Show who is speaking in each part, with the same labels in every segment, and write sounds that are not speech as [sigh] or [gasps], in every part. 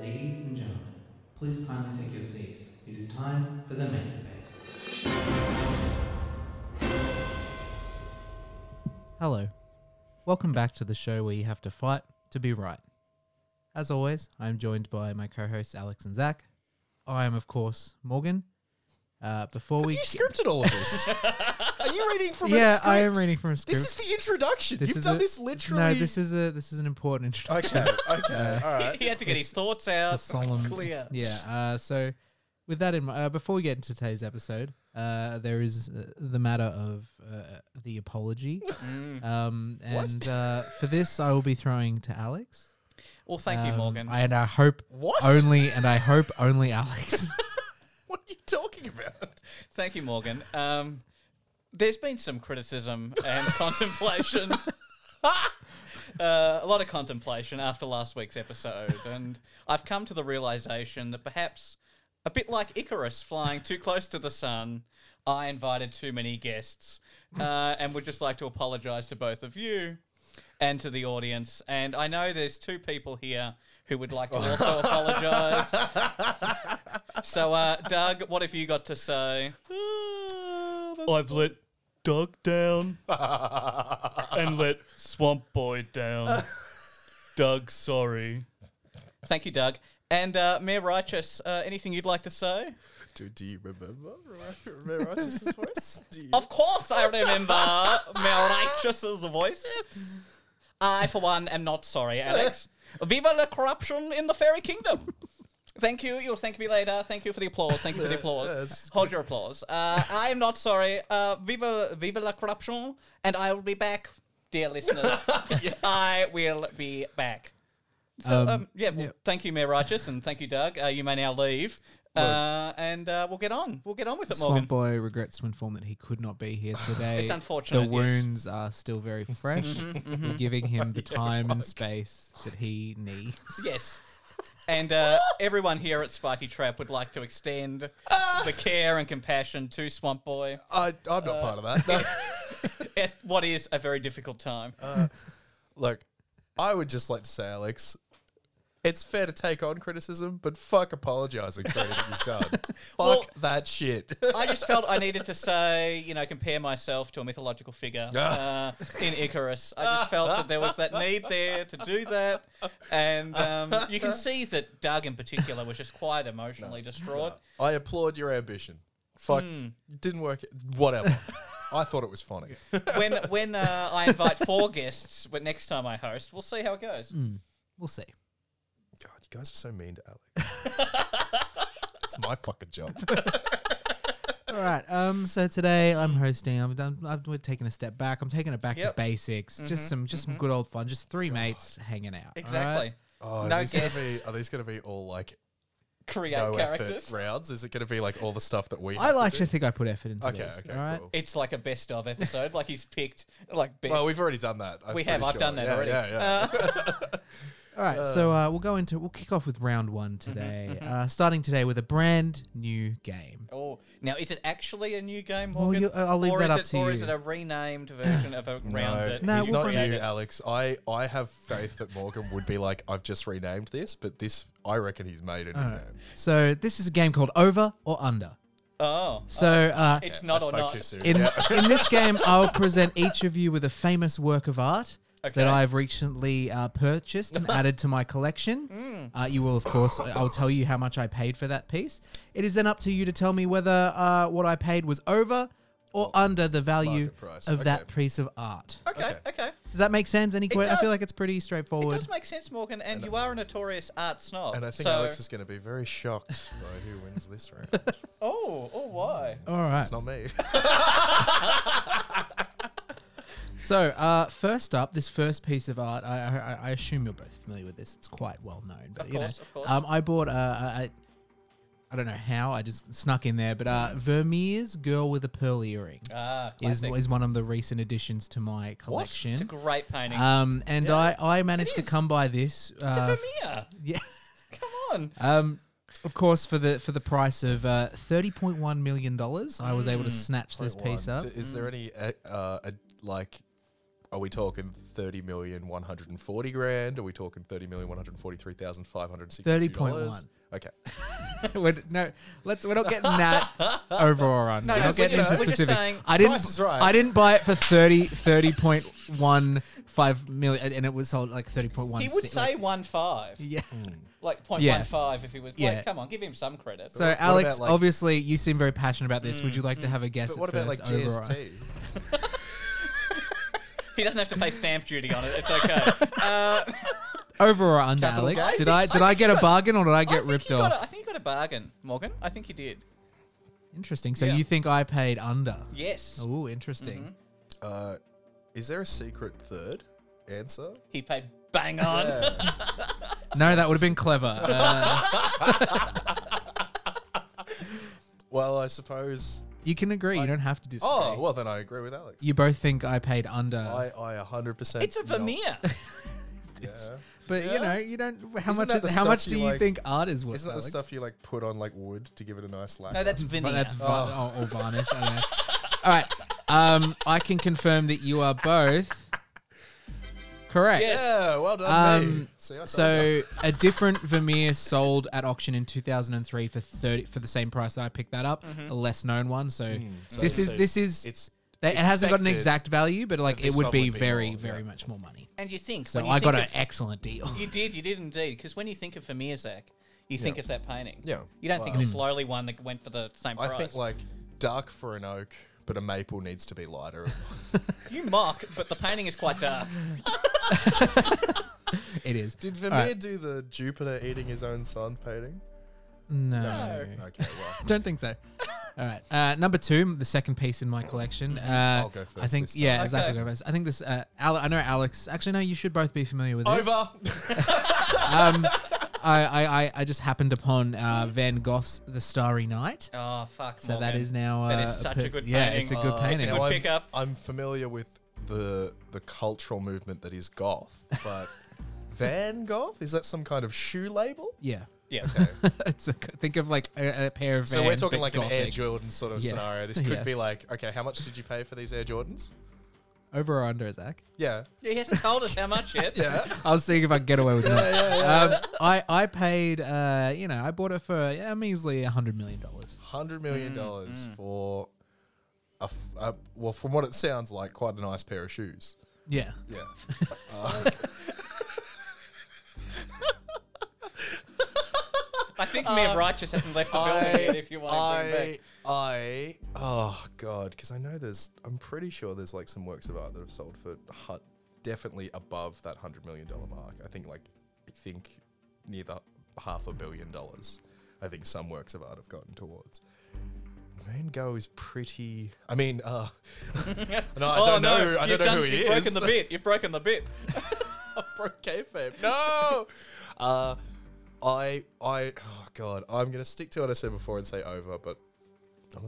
Speaker 1: Ladies and gentlemen, please kindly take your seats. It is time for the main debate. Hello. Welcome back to the show where you have to fight to be right. As always, I am joined by my co hosts Alex and Zach. I am, of course, Morgan. Uh, before we.
Speaker 2: You scripted all of this. Are you reading from a
Speaker 1: yeah,
Speaker 2: script?
Speaker 1: I am reading from a script.
Speaker 2: This is the introduction. You've
Speaker 1: is
Speaker 2: done
Speaker 1: a-
Speaker 2: this literally.
Speaker 1: No, this is a this is an important introduction.
Speaker 3: Okay, okay, all right.
Speaker 4: he had to get his thoughts out.
Speaker 1: It's a solemn
Speaker 2: clear.
Speaker 1: Yeah. Uh, so, with that in mind, uh, before we get into today's episode, uh, there is uh, the matter of uh, the apology.
Speaker 2: [laughs] Mm.
Speaker 1: Um, and uh, for this, I will be throwing to Alex.
Speaker 4: Well, thank you,
Speaker 1: Um,
Speaker 4: Morgan.
Speaker 1: I- and I hope
Speaker 2: What?
Speaker 1: only, and I hope only
Speaker 4: [laughs]
Speaker 1: Alex.
Speaker 2: [laughs] What are you talking about?
Speaker 4: thank you, Morgan. Um, there's been some criticism
Speaker 2: [laughs]
Speaker 4: and contemplation. Uh, a lot of contemplation after last week's episode, and I've come to the realization that perhaps, a bit like Icarus flying too close to the sun, I invited too many guests, uh, and would just like to apologise to both of you and to the audience. And I know there's two people here who would like to
Speaker 2: [laughs]
Speaker 4: also apologise. So, uh, Doug, what have you got to say?
Speaker 5: I've let Doug down and let Swamp Boy down. Doug, sorry.
Speaker 4: Thank you, Doug. And uh, Mayor Righteous, uh, anything you'd like to say?
Speaker 3: Dude, do you remember? Remember
Speaker 4: [laughs]
Speaker 3: Righteous's voice? Do you?
Speaker 4: Of course, I remember Mayor Righteous's voice. I, for one, am not sorry, Alex. Viva la corruption in the fairy kingdom. Thank you. You'll thank me later. Thank you for the applause. Thank you for the applause.
Speaker 3: yes.
Speaker 4: Hold your applause. Uh, I am not sorry. Uh, viva, viva la corruption, and I will be back, dear listeners. I will be back. So, um, yeah, well, thank you, Mayor Righteous, and thank you, Doug. Uh, you may now leave, uh, and uh, we'll get on. We'll get on with it, Morgan.
Speaker 1: Swamp Boy regrets to inform that he could not be here today.
Speaker 4: It's unfortunate, Mm-hmm,
Speaker 1: The
Speaker 4: yes.
Speaker 1: wounds are still
Speaker 4: [laughs]
Speaker 1: very fresh, giving him the time and space that he needs.
Speaker 4: Yes. And uh, everyone here at Sparky Trap would like to extend the care and compassion to Swamp Boy
Speaker 3: I, I'm not
Speaker 4: Uh,
Speaker 3: part of that. No.
Speaker 4: at what is a very difficult time.
Speaker 3: [laughs] Look, I would just like to say, Alex, it's fair to take on criticism, but fuck apologizing for anything you've
Speaker 4: [laughs]
Speaker 3: done. Fuck
Speaker 4: Well-
Speaker 3: that shit. [laughs]
Speaker 4: I just felt I needed to say, you know, compare myself to a mythological figure uh, in Icarus. I just felt that there was that need there to do that. And um, you can see that Doug in particular was just quite emotionally distraught.
Speaker 3: I applaud your ambition. Fuck,
Speaker 4: Hmm.
Speaker 3: didn't work. Whatever. I thought it was funny.
Speaker 4: When when uh, I invite four guests, but next time I host, we'll see how it goes.
Speaker 1: We'll see.
Speaker 3: God, you guys are so mean to
Speaker 4: [laughs]
Speaker 3: Alex. it's my fucking job.
Speaker 1: All right. Um. So today I'm hosting. I'm done. I've we're taking a step back. I'm taking it back to
Speaker 4: Mm-hmm. Yep. Mm-hmm,
Speaker 1: basics. Just some, just some good old fun. Just three mates hanging out. all right?
Speaker 4: Exactly.
Speaker 3: Oh, are,
Speaker 4: No
Speaker 3: these gonna be,
Speaker 4: guests.
Speaker 3: are these going to be all like
Speaker 4: Create
Speaker 3: no
Speaker 4: characters.
Speaker 3: effort rounds? Is it going to be like all the stuff that we?
Speaker 1: I
Speaker 3: have
Speaker 1: like
Speaker 3: to
Speaker 1: to
Speaker 3: do?
Speaker 1: think I put effort into
Speaker 3: Okay,
Speaker 1: this.
Speaker 3: okay,
Speaker 1: all right.
Speaker 3: cool.
Speaker 4: It's like a best of episode. like he's picked like best.
Speaker 3: Well, we've already done that. I'm
Speaker 4: we have.
Speaker 3: pretty
Speaker 4: I've
Speaker 3: sure.
Speaker 4: done that
Speaker 3: Yeah,
Speaker 4: already.
Speaker 3: Yeah, yeah.
Speaker 4: Uh, [laughs]
Speaker 1: All right. so uh, we'll go into. We'll kick off with round one today. Uh, starting today with a brand new game.
Speaker 4: oh, now is it actually a new game,
Speaker 1: Well,
Speaker 4: Morgan?
Speaker 1: you- uh, I'll leave
Speaker 4: or
Speaker 1: that
Speaker 4: is
Speaker 1: up
Speaker 4: it,
Speaker 1: to
Speaker 4: Or
Speaker 1: you.
Speaker 4: is it a renamed
Speaker 3: [laughs]
Speaker 4: version of a round that?
Speaker 1: No,
Speaker 3: Uh, he's
Speaker 1: we'll
Speaker 3: not
Speaker 1: find
Speaker 3: you,
Speaker 1: out.
Speaker 3: Alex. I, I have faith that Morgan would be like, I've just renamed this, but this, I reckon he's made a new
Speaker 1: All right.
Speaker 3: name.
Speaker 1: So this is a game called Over or Under.
Speaker 4: Oh,
Speaker 1: So
Speaker 4: [laughs]
Speaker 1: uh,
Speaker 4: it's
Speaker 3: I
Speaker 4: not or
Speaker 3: spoke
Speaker 4: not.
Speaker 3: too soon.
Speaker 1: In,
Speaker 3: Yeah.
Speaker 4: [laughs]
Speaker 1: in this game, I'll present each of you with a famous work of art
Speaker 4: Okay.
Speaker 1: that I've recently uh, purchased and added to my collection. Uh, you will, of course, I'll tell you how much I paid for that piece. It is then up to you to tell me whether uh, what I paid was over or under the value
Speaker 3: market price.
Speaker 1: of that
Speaker 3: Okay.
Speaker 1: piece of art.
Speaker 4: Okay, okay.
Speaker 3: Okay.
Speaker 1: Does that make sense? Any que- I
Speaker 4: does.
Speaker 1: feel like it's pretty
Speaker 4: It
Speaker 1: straightforward.
Speaker 4: does make sense, Morgan, and, you are a notorious art snob.
Speaker 3: And I think
Speaker 4: so,
Speaker 3: Alex is going to be very shocked by who wins this round. It's
Speaker 4: Oh, oh, why?
Speaker 1: All right.
Speaker 3: not
Speaker 1: [laughs]
Speaker 3: me.
Speaker 1: So, uh, first up, this first piece of art, I, I, I assume you're both familiar with this. It's quite well known. But,
Speaker 4: Of
Speaker 1: you
Speaker 4: course,
Speaker 1: know,
Speaker 4: of course.
Speaker 1: Um, I bought, uh, I, I don't know how, I just snuck in there, but uh, Vermeer's Girl with a Pearl Earring
Speaker 4: Ah,
Speaker 1: is,
Speaker 4: classic.
Speaker 1: is one of the recent additions to my
Speaker 4: it's a
Speaker 1: collection.
Speaker 4: great painting.
Speaker 1: Um, and I, I managed to
Speaker 4: is.
Speaker 1: come by this.
Speaker 4: it's a
Speaker 1: Uh,
Speaker 4: Vermeer.
Speaker 1: yeah.
Speaker 4: Come on.
Speaker 1: Um, of course, for the for the price of uh, thirty point one
Speaker 4: Mm.
Speaker 1: million dollars, I was able to snatch this piece
Speaker 3: One.
Speaker 1: up.
Speaker 3: D- Is there any uh, uh, ad- like
Speaker 2: are we talking 30 million 140 grand? Are we talking 30 million 143,562?
Speaker 1: 30.1.
Speaker 2: Okay.
Speaker 1: [laughs] we're, no, let's. We're not getting
Speaker 4: [laughs]
Speaker 1: that over or under.
Speaker 4: No,
Speaker 1: we're
Speaker 4: no,
Speaker 1: not
Speaker 4: we're
Speaker 1: getting
Speaker 4: just-
Speaker 1: into
Speaker 4: we're just
Speaker 1: specifics.
Speaker 4: saying
Speaker 1: I didn't.
Speaker 2: price is right.
Speaker 1: I didn't buy it for 30 30.15 million, and it was sold like [laughs] thirty point one.
Speaker 4: He would say one five,
Speaker 1: yeah.
Speaker 2: Hmm.
Speaker 4: like point
Speaker 1: Yeah.
Speaker 4: one five, if he was
Speaker 1: Yeah.
Speaker 4: like, come on, give him some credit.
Speaker 1: So, Alex,
Speaker 2: about, like- Hmm.
Speaker 1: obviously, you seem very passionate about this. would you like to have a guess?
Speaker 2: But
Speaker 1: at
Speaker 2: what about like
Speaker 1: first, over or-
Speaker 2: GST?
Speaker 4: he doesn't have to pay stamp duty on it.
Speaker 1: [laughs]
Speaker 4: It's okay. uh,
Speaker 1: Over or under,
Speaker 2: Capital
Speaker 1: Alex?
Speaker 2: gains?
Speaker 1: Did I did I, get a bargain or did I
Speaker 4: I
Speaker 1: get
Speaker 4: think
Speaker 1: ripped
Speaker 4: you
Speaker 1: off?
Speaker 4: got a- I think you got a bargain, Morgan. I think you did.
Speaker 1: Interesting. So
Speaker 4: Yeah.
Speaker 1: you think I paid under?
Speaker 4: Yes,
Speaker 1: Oh, interesting.
Speaker 2: Uh, is there a secret third answer?
Speaker 4: he paid bang on.
Speaker 1: No, that would have been
Speaker 2: [laughs]
Speaker 1: clever. Uh,
Speaker 2: Well, I suppose.
Speaker 1: you can agree. You don't have to disagree.
Speaker 2: Oh, well, then I agree with Alex.
Speaker 1: you both think I paid under,
Speaker 2: I, I
Speaker 4: [laughs]
Speaker 2: 100%.
Speaker 4: It's a
Speaker 1: [laughs]
Speaker 2: not-
Speaker 4: Vermeer.
Speaker 2: Yeah.
Speaker 1: but you
Speaker 2: Yeah.
Speaker 1: know you don't. How much?
Speaker 2: Isn't that the
Speaker 1: Is, how
Speaker 2: stuff
Speaker 1: much
Speaker 2: you
Speaker 1: do you
Speaker 2: like-
Speaker 1: think art is worth?
Speaker 2: Isn't that the
Speaker 1: Alex?
Speaker 2: stuff you like put on like wood to give it a nice lacquer?
Speaker 4: no, that's
Speaker 1: But
Speaker 4: Vermeer.
Speaker 1: that's var- oh. or varnish. I don't know. [laughs] All right. Um, I can confirm that you are both correct.
Speaker 4: Yes.
Speaker 2: yeah, well done.
Speaker 1: Um,
Speaker 2: me. See, I told you.
Speaker 1: So a different Vermeer sold at auction in 2003 for 30 for the same price that I picked that up,
Speaker 2: Mm-hmm.
Speaker 1: a less known one. So, this is
Speaker 6: so
Speaker 1: this is
Speaker 2: it's
Speaker 1: they, it hasn't got an
Speaker 2: expected
Speaker 1: exact value, but like
Speaker 2: that
Speaker 1: it
Speaker 2: this
Speaker 1: would
Speaker 2: one
Speaker 1: be,
Speaker 2: would be
Speaker 1: very
Speaker 2: more,
Speaker 1: very
Speaker 2: yeah.
Speaker 1: much more money.
Speaker 4: and you think
Speaker 1: So
Speaker 4: when you
Speaker 1: I got an
Speaker 4: think of-
Speaker 1: excellent deal.
Speaker 4: [laughs] You did, you did indeed. Because when you think of Vermeer, Zach, you think of that painting.
Speaker 2: Yeah.
Speaker 4: You don't think of
Speaker 1: um,
Speaker 4: this lowly one that went for the same
Speaker 2: I
Speaker 4: price.
Speaker 2: think like dark for an oak, but a maple needs to be [laughs] lighter.
Speaker 4: you mock, but the painting is
Speaker 1: [laughs]
Speaker 4: quite dark.
Speaker 1: [laughs] It is.
Speaker 2: Did
Speaker 1: All
Speaker 2: Vermeer
Speaker 1: right.
Speaker 2: do the Jupiter eating his own son painting?
Speaker 1: No.
Speaker 2: Okay, well,
Speaker 1: Don't think so. All right. Uh, number two, the second piece in my collection. Uh,
Speaker 2: I'll go
Speaker 1: I
Speaker 2: first
Speaker 1: think
Speaker 2: this time.
Speaker 1: yeah, exactly.
Speaker 4: Okay.
Speaker 1: Go first. I think this. Uh, Ale- I know Alex. Actually, no. You should both be familiar with this.
Speaker 4: Over.
Speaker 1: Um, I, I, I, I just happened upon uh, Van Gogh's The Starry Night.
Speaker 4: Oh fuck.
Speaker 1: So
Speaker 4: Morgan.
Speaker 1: that is now. Uh,
Speaker 4: That is such a
Speaker 1: pers-
Speaker 4: good
Speaker 1: Yeah,
Speaker 4: painting.
Speaker 1: it's a good
Speaker 2: Uh,
Speaker 1: painting.
Speaker 4: good
Speaker 2: now I'm-
Speaker 4: pickup.
Speaker 2: I'm familiar with the the cultural movement that is goth, [laughs] but Van Goth is that some kind of shoe label?
Speaker 1: yeah. [laughs]
Speaker 4: Yeah.
Speaker 1: it's a, think of like a, a pair of.
Speaker 2: So we're
Speaker 1: Vans,
Speaker 2: talking
Speaker 1: but
Speaker 2: like an Air
Speaker 1: gothic.
Speaker 2: Jordan sort of
Speaker 1: Yeah. [laughs]
Speaker 2: scenario. This could
Speaker 1: Yeah.
Speaker 2: be like, okay, how much did you pay for these Air Jordans?
Speaker 1: Over or under, Zach?
Speaker 2: Yeah,
Speaker 4: He hasn't told us how
Speaker 1: [laughs]
Speaker 4: much yet.
Speaker 2: yeah. [laughs]
Speaker 1: I was seeing if I could get away with that. um, I, I paid, uh, you know, I bought it for a measly $100 million.
Speaker 2: hundred
Speaker 1: Mm,
Speaker 2: million dollars for a, f- a- well, from what it sounds like, quite a nice pair of shoes.
Speaker 1: Yeah.
Speaker 2: Yeah,
Speaker 4: I think
Speaker 1: Um,
Speaker 4: Mere Righteous hasn't left the building yet. If you want to bring
Speaker 2: I,
Speaker 4: back.
Speaker 2: I, oh god, because I know there's, I'm pretty sure there's like some works of art that have sold for hu- definitely above that hundred million dollar mark. I think like, I think near the half a billion dollars. I think some works of art have gotten towards. Van Gogh is pretty. I mean,
Speaker 4: [laughs]
Speaker 2: uh, [laughs] no, I
Speaker 4: oh,
Speaker 2: don't
Speaker 4: no,
Speaker 2: know. I
Speaker 4: you've
Speaker 2: don't know
Speaker 4: done,
Speaker 2: who he
Speaker 4: you've
Speaker 2: is.
Speaker 4: broken the bit. You've broken the bit.
Speaker 2: broke kayfabe. No. [laughs] uh, I I oh god. I'm gonna stick to what I said before and say over, but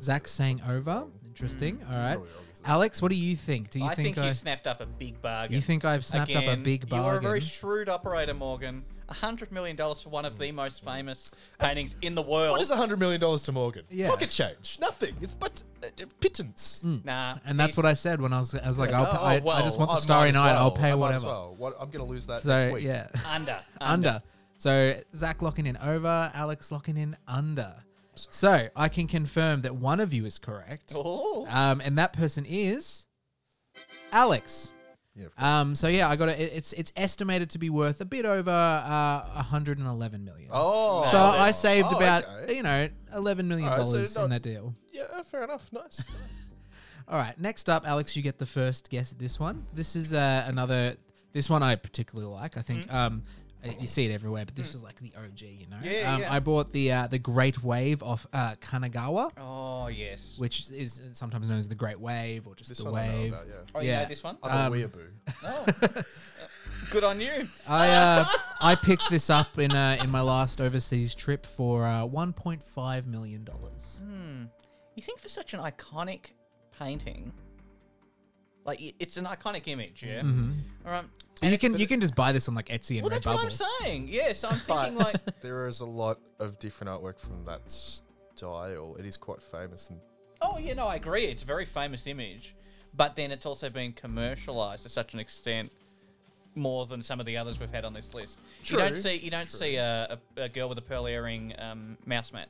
Speaker 1: Zach's saying over. Interesting. All right.
Speaker 2: Mm. probably wrong, isn't it?
Speaker 1: Alex, what do you think? Do you
Speaker 4: I think,
Speaker 1: I,
Speaker 4: you snapped up a big bargain.
Speaker 1: you think I've snapped up a
Speaker 4: Again,
Speaker 1: big bargain?
Speaker 4: You are a very shrewd operator, Morgan. A hundred million dollars for one of the most famous paintings in the world.
Speaker 2: what is hundred million dollars to Morgan?
Speaker 1: Yeah.
Speaker 2: Pocket change. Nothing. It's but uh, pittance.
Speaker 4: Nah,
Speaker 1: And that's
Speaker 4: he's-
Speaker 1: what I said when I was. I was like,
Speaker 2: Yeah,
Speaker 1: I'll,
Speaker 2: no,
Speaker 1: pa- I,
Speaker 2: Hmm. oh, well,
Speaker 1: I just want the
Speaker 2: might
Speaker 1: Starry
Speaker 2: as
Speaker 1: Night. I'll
Speaker 2: well.
Speaker 1: pay
Speaker 2: I might as
Speaker 1: whatever.
Speaker 2: well. What, I'm gonna lose that next
Speaker 1: So
Speaker 2: week.
Speaker 1: yeah,
Speaker 4: Under.
Speaker 1: [laughs] under. So Zach locking in over, Alex locking in under. So I can confirm that one of you is correct,
Speaker 4: Oh.
Speaker 1: um, and that person is Alex.
Speaker 2: Yeah, of course.
Speaker 1: Um, so yeah, I got it. It's it's estimated to be worth a bit over uh, 111 million.
Speaker 2: Oh.
Speaker 1: so I saved
Speaker 2: Oh,
Speaker 1: about
Speaker 2: okay.
Speaker 1: you know 11 million
Speaker 2: All right, so
Speaker 1: dollars in
Speaker 2: not-
Speaker 1: that deal.
Speaker 2: yeah. Fair enough. Nice. nice.
Speaker 1: All right, next up, Alex, you get the first guess at this one. This is uh, another. This one I particularly like. I think
Speaker 2: Mm-hmm.
Speaker 1: um, uh, you see it everywhere, but this
Speaker 2: Mm.
Speaker 1: is like the OG, you know.
Speaker 4: Yeah,
Speaker 1: um,
Speaker 4: yeah.
Speaker 1: I bought the uh, the Great Wave off uh, Kanagawa,
Speaker 4: Oh yes.
Speaker 1: which is sometimes known as the Great Wave or just
Speaker 2: This
Speaker 1: the
Speaker 2: one I know
Speaker 1: Wave.
Speaker 2: about. Yeah.
Speaker 4: Oh, you
Speaker 1: yeah.
Speaker 4: know
Speaker 1: [laughs]
Speaker 4: this one?
Speaker 2: I'm a
Speaker 1: Um,
Speaker 2: weeaboo.
Speaker 4: Oh. Good on you.
Speaker 1: I
Speaker 2: [laughs]
Speaker 1: uh, I picked this up in uh, in my last overseas trip for uh, 1.5 million dollars.
Speaker 2: Mm.
Speaker 4: You think for such an iconic painting, like i- it's an iconic image, yeah.
Speaker 1: Mm-hmm.
Speaker 4: All right.
Speaker 1: And you can you can just buy this on like Etsy and
Speaker 4: Well, that's what I'm
Speaker 1: Redbubble.
Speaker 4: saying. Yes, I'm
Speaker 1: [laughs]
Speaker 4: thinking like.
Speaker 2: But there is a lot of different artwork from that style. It is quite famous and
Speaker 4: Oh yeah, no, I agree. It's a very famous image, but then it's also been commercialized to such an extent more than some of the others we've had on this list. You don't
Speaker 2: True.
Speaker 4: see you don't see a, a, a girl with a pearl earring um, mouse mat.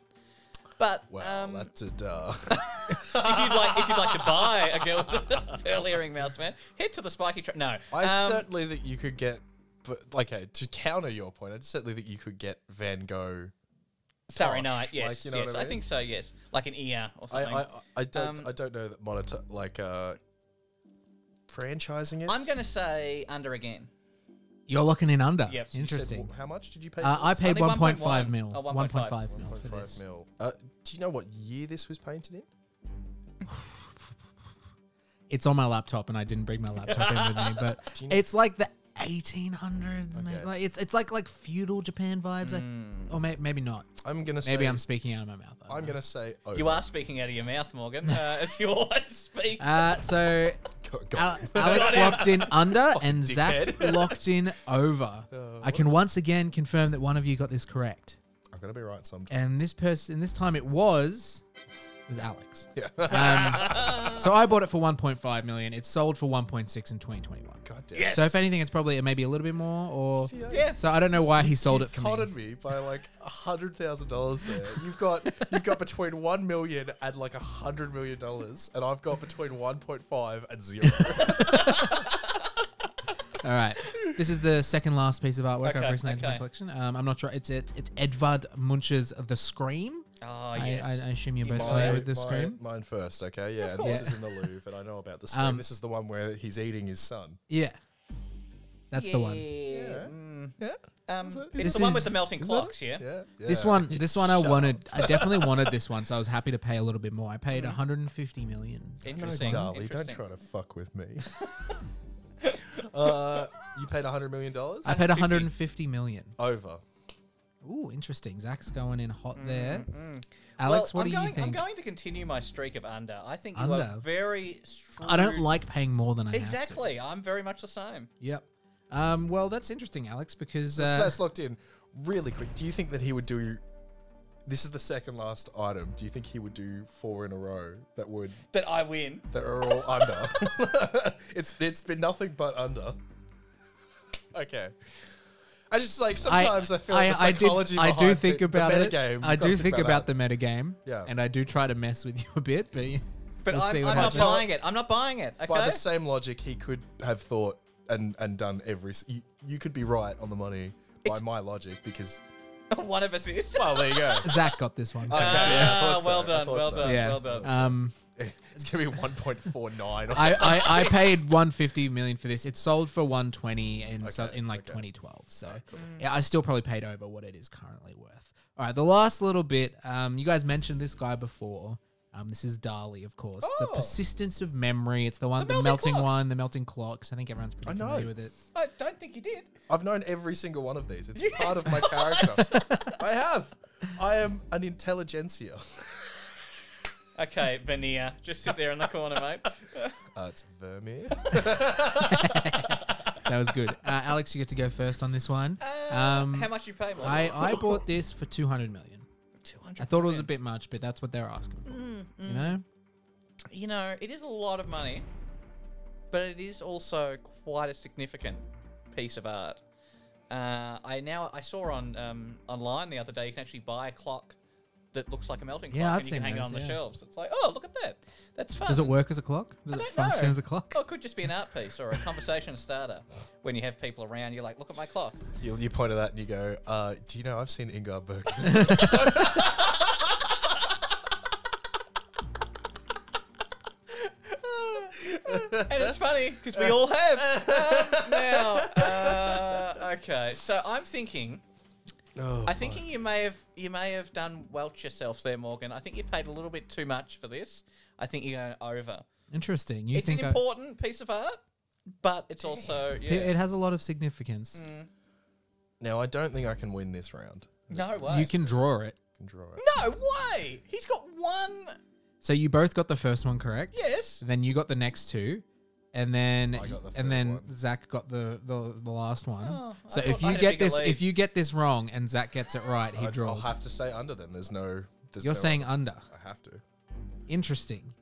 Speaker 4: But
Speaker 2: Well, uh,
Speaker 4: um,
Speaker 2: that's a duh.
Speaker 4: [laughs] if you'd like if you'd like to buy a girl with a [laughs] pearl earring mouse mat, head to the spiky trap. No,
Speaker 2: I
Speaker 4: um,
Speaker 2: certainly think you could get, but like, okay, to counter your point, I certainly think you could get Van Gogh.
Speaker 4: sorry,
Speaker 2: posh,
Speaker 4: no,
Speaker 2: like,
Speaker 4: yes,
Speaker 2: you know what
Speaker 4: yes,
Speaker 2: I
Speaker 4: I,
Speaker 2: mean?
Speaker 4: think so. Yes, like an ear or
Speaker 2: I,
Speaker 4: something.
Speaker 2: I, I don't,
Speaker 4: Um,
Speaker 2: I don't know that monitor like uh, franchising it.
Speaker 4: I'm gonna say under again.
Speaker 1: You're locking in under.
Speaker 4: Yep.
Speaker 2: You said,
Speaker 1: Interesting.
Speaker 2: well, how much did you pay?
Speaker 1: Uh,
Speaker 2: for
Speaker 1: I
Speaker 2: this?
Speaker 1: paid
Speaker 4: think
Speaker 1: 1.5
Speaker 4: 1.1.
Speaker 1: mil.
Speaker 4: Oh,
Speaker 1: 1.5
Speaker 4: 1.5.
Speaker 1: mil. for
Speaker 2: Five
Speaker 1: this.
Speaker 2: mil. Uh, do you know what year this was painted in?
Speaker 1: It's on my laptop, and I didn't bring my laptop in with me.
Speaker 2: [laughs]
Speaker 1: But
Speaker 2: you know-
Speaker 1: it's like the 1800s. maybe.
Speaker 2: Okay.
Speaker 1: Like, it's it's like like feudal Japan vibes. I, or may, maybe not.
Speaker 2: I'm gonna say.
Speaker 1: Maybe I'm speaking out of my mouth. I don't
Speaker 2: I'm
Speaker 1: know.
Speaker 2: gonna say. oh, Over.
Speaker 4: You are speaking out of your mouth, Morgan. Uh, [laughs] as you always speak.
Speaker 1: Uh, so
Speaker 2: God,
Speaker 1: Al-
Speaker 2: [laughs] God.
Speaker 1: Alex locked in under,
Speaker 2: [laughs]
Speaker 1: and Zach
Speaker 2: dickhead. Oh.
Speaker 1: locked in
Speaker 2: [laughs]
Speaker 1: over. I can once again confirm that one of you got this correct.
Speaker 2: I'm gonna be right sometime.
Speaker 1: and this person this time it was it was Alex.
Speaker 2: [laughs] Yeah.
Speaker 1: Um, so I bought it for 1.5 million. It sold for 1.6 in 2021.
Speaker 2: God damn.
Speaker 1: So if anything, it's probably maybe a little bit more. Or
Speaker 2: See, that-
Speaker 1: so I don't know why he
Speaker 2: He's-
Speaker 1: sold
Speaker 2: he's
Speaker 1: it for me.
Speaker 2: conned me. by like a hundred thousand dollars. There, you've got you've got between one million and like a hundred million dollars, and I've got between one point five and zero.
Speaker 1: All right, this is the second last piece of artwork
Speaker 4: Okay,
Speaker 1: I've recently added to my
Speaker 4: okay.
Speaker 1: collection. Um, I'm not sure. It's it's, it's Edvard Munch's The Scream.
Speaker 4: oh
Speaker 1: I,
Speaker 4: yes.
Speaker 1: I, I assume you're
Speaker 4: You
Speaker 1: both
Speaker 4: might-
Speaker 1: familiar with The
Speaker 2: mine,
Speaker 1: Scream.
Speaker 2: mine first, okay? Yeah, and this is in the Louvre, and I know about the scream.
Speaker 1: Um,
Speaker 2: this is the one where he's eating his son.
Speaker 1: Yeah, that's the one.
Speaker 4: Yeah. Mm.
Speaker 2: Yeah,
Speaker 4: Um,
Speaker 2: Is it-
Speaker 4: it's
Speaker 1: This
Speaker 4: the one
Speaker 1: is-
Speaker 4: with the melting
Speaker 2: that it?
Speaker 4: clocks, yeah?
Speaker 2: yeah.
Speaker 1: This
Speaker 2: yeah.
Speaker 1: one, this one, I
Speaker 2: Shut
Speaker 1: wanted. I
Speaker 4: [laughs]
Speaker 1: definitely wanted this one, so I was happy to pay a little bit more. I
Speaker 4: Mm.
Speaker 1: paid 150 million.
Speaker 2: No,
Speaker 4: Interesting.
Speaker 2: Dali, don't
Speaker 4: interesting.
Speaker 2: try to fuck
Speaker 1: [laughs]
Speaker 2: with me. [laughs] uh, you paid hundred million dollars
Speaker 1: I paid Uh, 150 million.
Speaker 2: over.
Speaker 1: Ooh, interesting. Zach's going in hot
Speaker 2: Mm,
Speaker 1: there. Alex,
Speaker 4: well,
Speaker 1: what
Speaker 4: I'm
Speaker 1: do
Speaker 4: going,
Speaker 1: you think?
Speaker 4: I'm going to continue my streak of under. I think you
Speaker 1: Under?
Speaker 4: are very. Shrewd.
Speaker 1: I don't like paying more than I have to.
Speaker 4: Exactly. I'm very much the same.
Speaker 1: Yep. Um, well, that's interesting, Alex, because
Speaker 2: so
Speaker 1: uh,
Speaker 2: that's locked in. Really quick, do you think that he would do? This is the second last item. Do you think he would do four in a row that would
Speaker 4: That I win.
Speaker 2: that are all under? [laughs] it's it's been nothing but under. Okay. I just like sometimes I, feel like the
Speaker 1: I did-
Speaker 2: psychology.
Speaker 1: I do
Speaker 2: behind
Speaker 1: think
Speaker 2: the,
Speaker 1: about
Speaker 2: the
Speaker 1: it.
Speaker 2: metagame,
Speaker 1: I
Speaker 2: you've gotta
Speaker 1: do think about
Speaker 2: that.
Speaker 1: the metagame.
Speaker 2: Yeah.
Speaker 1: And I do try to mess with you a bit, but [laughs]
Speaker 4: But
Speaker 1: we'll
Speaker 4: I'm,
Speaker 1: see what
Speaker 4: I'm not
Speaker 1: happens.
Speaker 4: buying it. I'm not buying it. Okay.
Speaker 2: By the same logic, he could have thought and and done every. s- You, you could be right on the money by my logic because.
Speaker 4: [laughs] One of us is.
Speaker 2: Well,
Speaker 4: [laughs]
Speaker 2: there you go. okay,
Speaker 1: Zach got this one.
Speaker 2: Oh, yeah, I
Speaker 4: Ah,
Speaker 2: thought so,
Speaker 4: well
Speaker 2: I
Speaker 4: done,
Speaker 2: thought
Speaker 4: well
Speaker 2: so.
Speaker 4: done.
Speaker 1: yeah.
Speaker 4: well done.
Speaker 1: Um,
Speaker 2: [laughs] It's gonna be one point four nine.
Speaker 1: I, I, I paid 150 million for this. It sold for 120 in so,
Speaker 2: Okay,
Speaker 1: in like
Speaker 2: okay.
Speaker 1: 2012. So yeah, I still probably paid over what it is currently worth. All right, the last little bit. Um, you guys mentioned this guy before. Um, this is Dali, of course. The
Speaker 4: Oh.
Speaker 1: persistence of memory. It's the one, the,
Speaker 4: melting
Speaker 1: melting
Speaker 4: clocks.
Speaker 1: one, the melting clocks. I think everyone's pretty
Speaker 2: I know.
Speaker 1: familiar with it.
Speaker 4: I don't think you did.
Speaker 2: I've known every single one of these. It's part of my character. I have. I am an intelligentsia.
Speaker 4: Okay, Veneer. Just sit there in the corner, mate.
Speaker 1: [laughs]
Speaker 2: Uh, it's Vermeer.
Speaker 1: That was good. Uh, Alex, you get to go first on this one. Um,
Speaker 4: How much you pay, Morgan?
Speaker 1: I, I bought this for 200 million.
Speaker 4: 200
Speaker 1: I thought it was a bit much, but that's what they're asking for. You know?
Speaker 4: you know, it is a lot of money, but it is also quite a significant piece of art. Uh, I now I saw on um, online the other day you can actually buy a clock that looks like a melting
Speaker 1: Yeah,
Speaker 4: clock
Speaker 1: I've
Speaker 4: and you can
Speaker 1: seen
Speaker 4: hang it
Speaker 1: those,
Speaker 4: on the
Speaker 1: yeah.
Speaker 4: shelves. It's like, oh, look at that, that's fun.
Speaker 1: Does it work as a clock? Does
Speaker 4: I
Speaker 1: it
Speaker 4: don't
Speaker 1: function
Speaker 4: know. Oh,
Speaker 1: as a clock?
Speaker 4: Or it could just be an art piece or a conversation starter. When you have people around, you're like, look at my clock. [laughs]
Speaker 2: You, you point at that and you go, uh, "Do you know I've seen Ingvar Bergman?"
Speaker 1: [laughs]
Speaker 4: and it's funny because we all have.
Speaker 1: [laughs]
Speaker 4: Um, now, uh, okay, so I'm thinking.
Speaker 2: Oh,
Speaker 4: I'm thinking you may have you may have done welch yourself there, Morgan. I think you paid a little bit too much for this. I think you're going over.
Speaker 1: Interesting. You
Speaker 4: it's an
Speaker 1: think I-
Speaker 4: important piece of art, but it's also yeah.
Speaker 1: It- It has a lot of significance.
Speaker 2: [laughs]
Speaker 4: Mm.
Speaker 2: now I don't think I can win this round.
Speaker 4: no way.
Speaker 1: You can draw it.
Speaker 2: I can draw it.
Speaker 4: no way. He's got one.
Speaker 1: So you both got the first one correct.
Speaker 4: Yes.
Speaker 1: Then you got the next two, and then
Speaker 2: I got the third
Speaker 1: and then
Speaker 2: one.
Speaker 1: Zach got the the, the last one.
Speaker 4: Oh, I
Speaker 1: so
Speaker 4: thought
Speaker 1: if
Speaker 4: I
Speaker 1: you
Speaker 4: had a
Speaker 1: get
Speaker 4: bigger
Speaker 1: this
Speaker 4: lead.
Speaker 1: if you get this wrong and Zach gets it right, he
Speaker 2: I, will
Speaker 1: draws.
Speaker 2: have to say under them. There's no. There's
Speaker 1: You're
Speaker 2: no
Speaker 1: saying under.
Speaker 2: I have to.
Speaker 1: Interesting.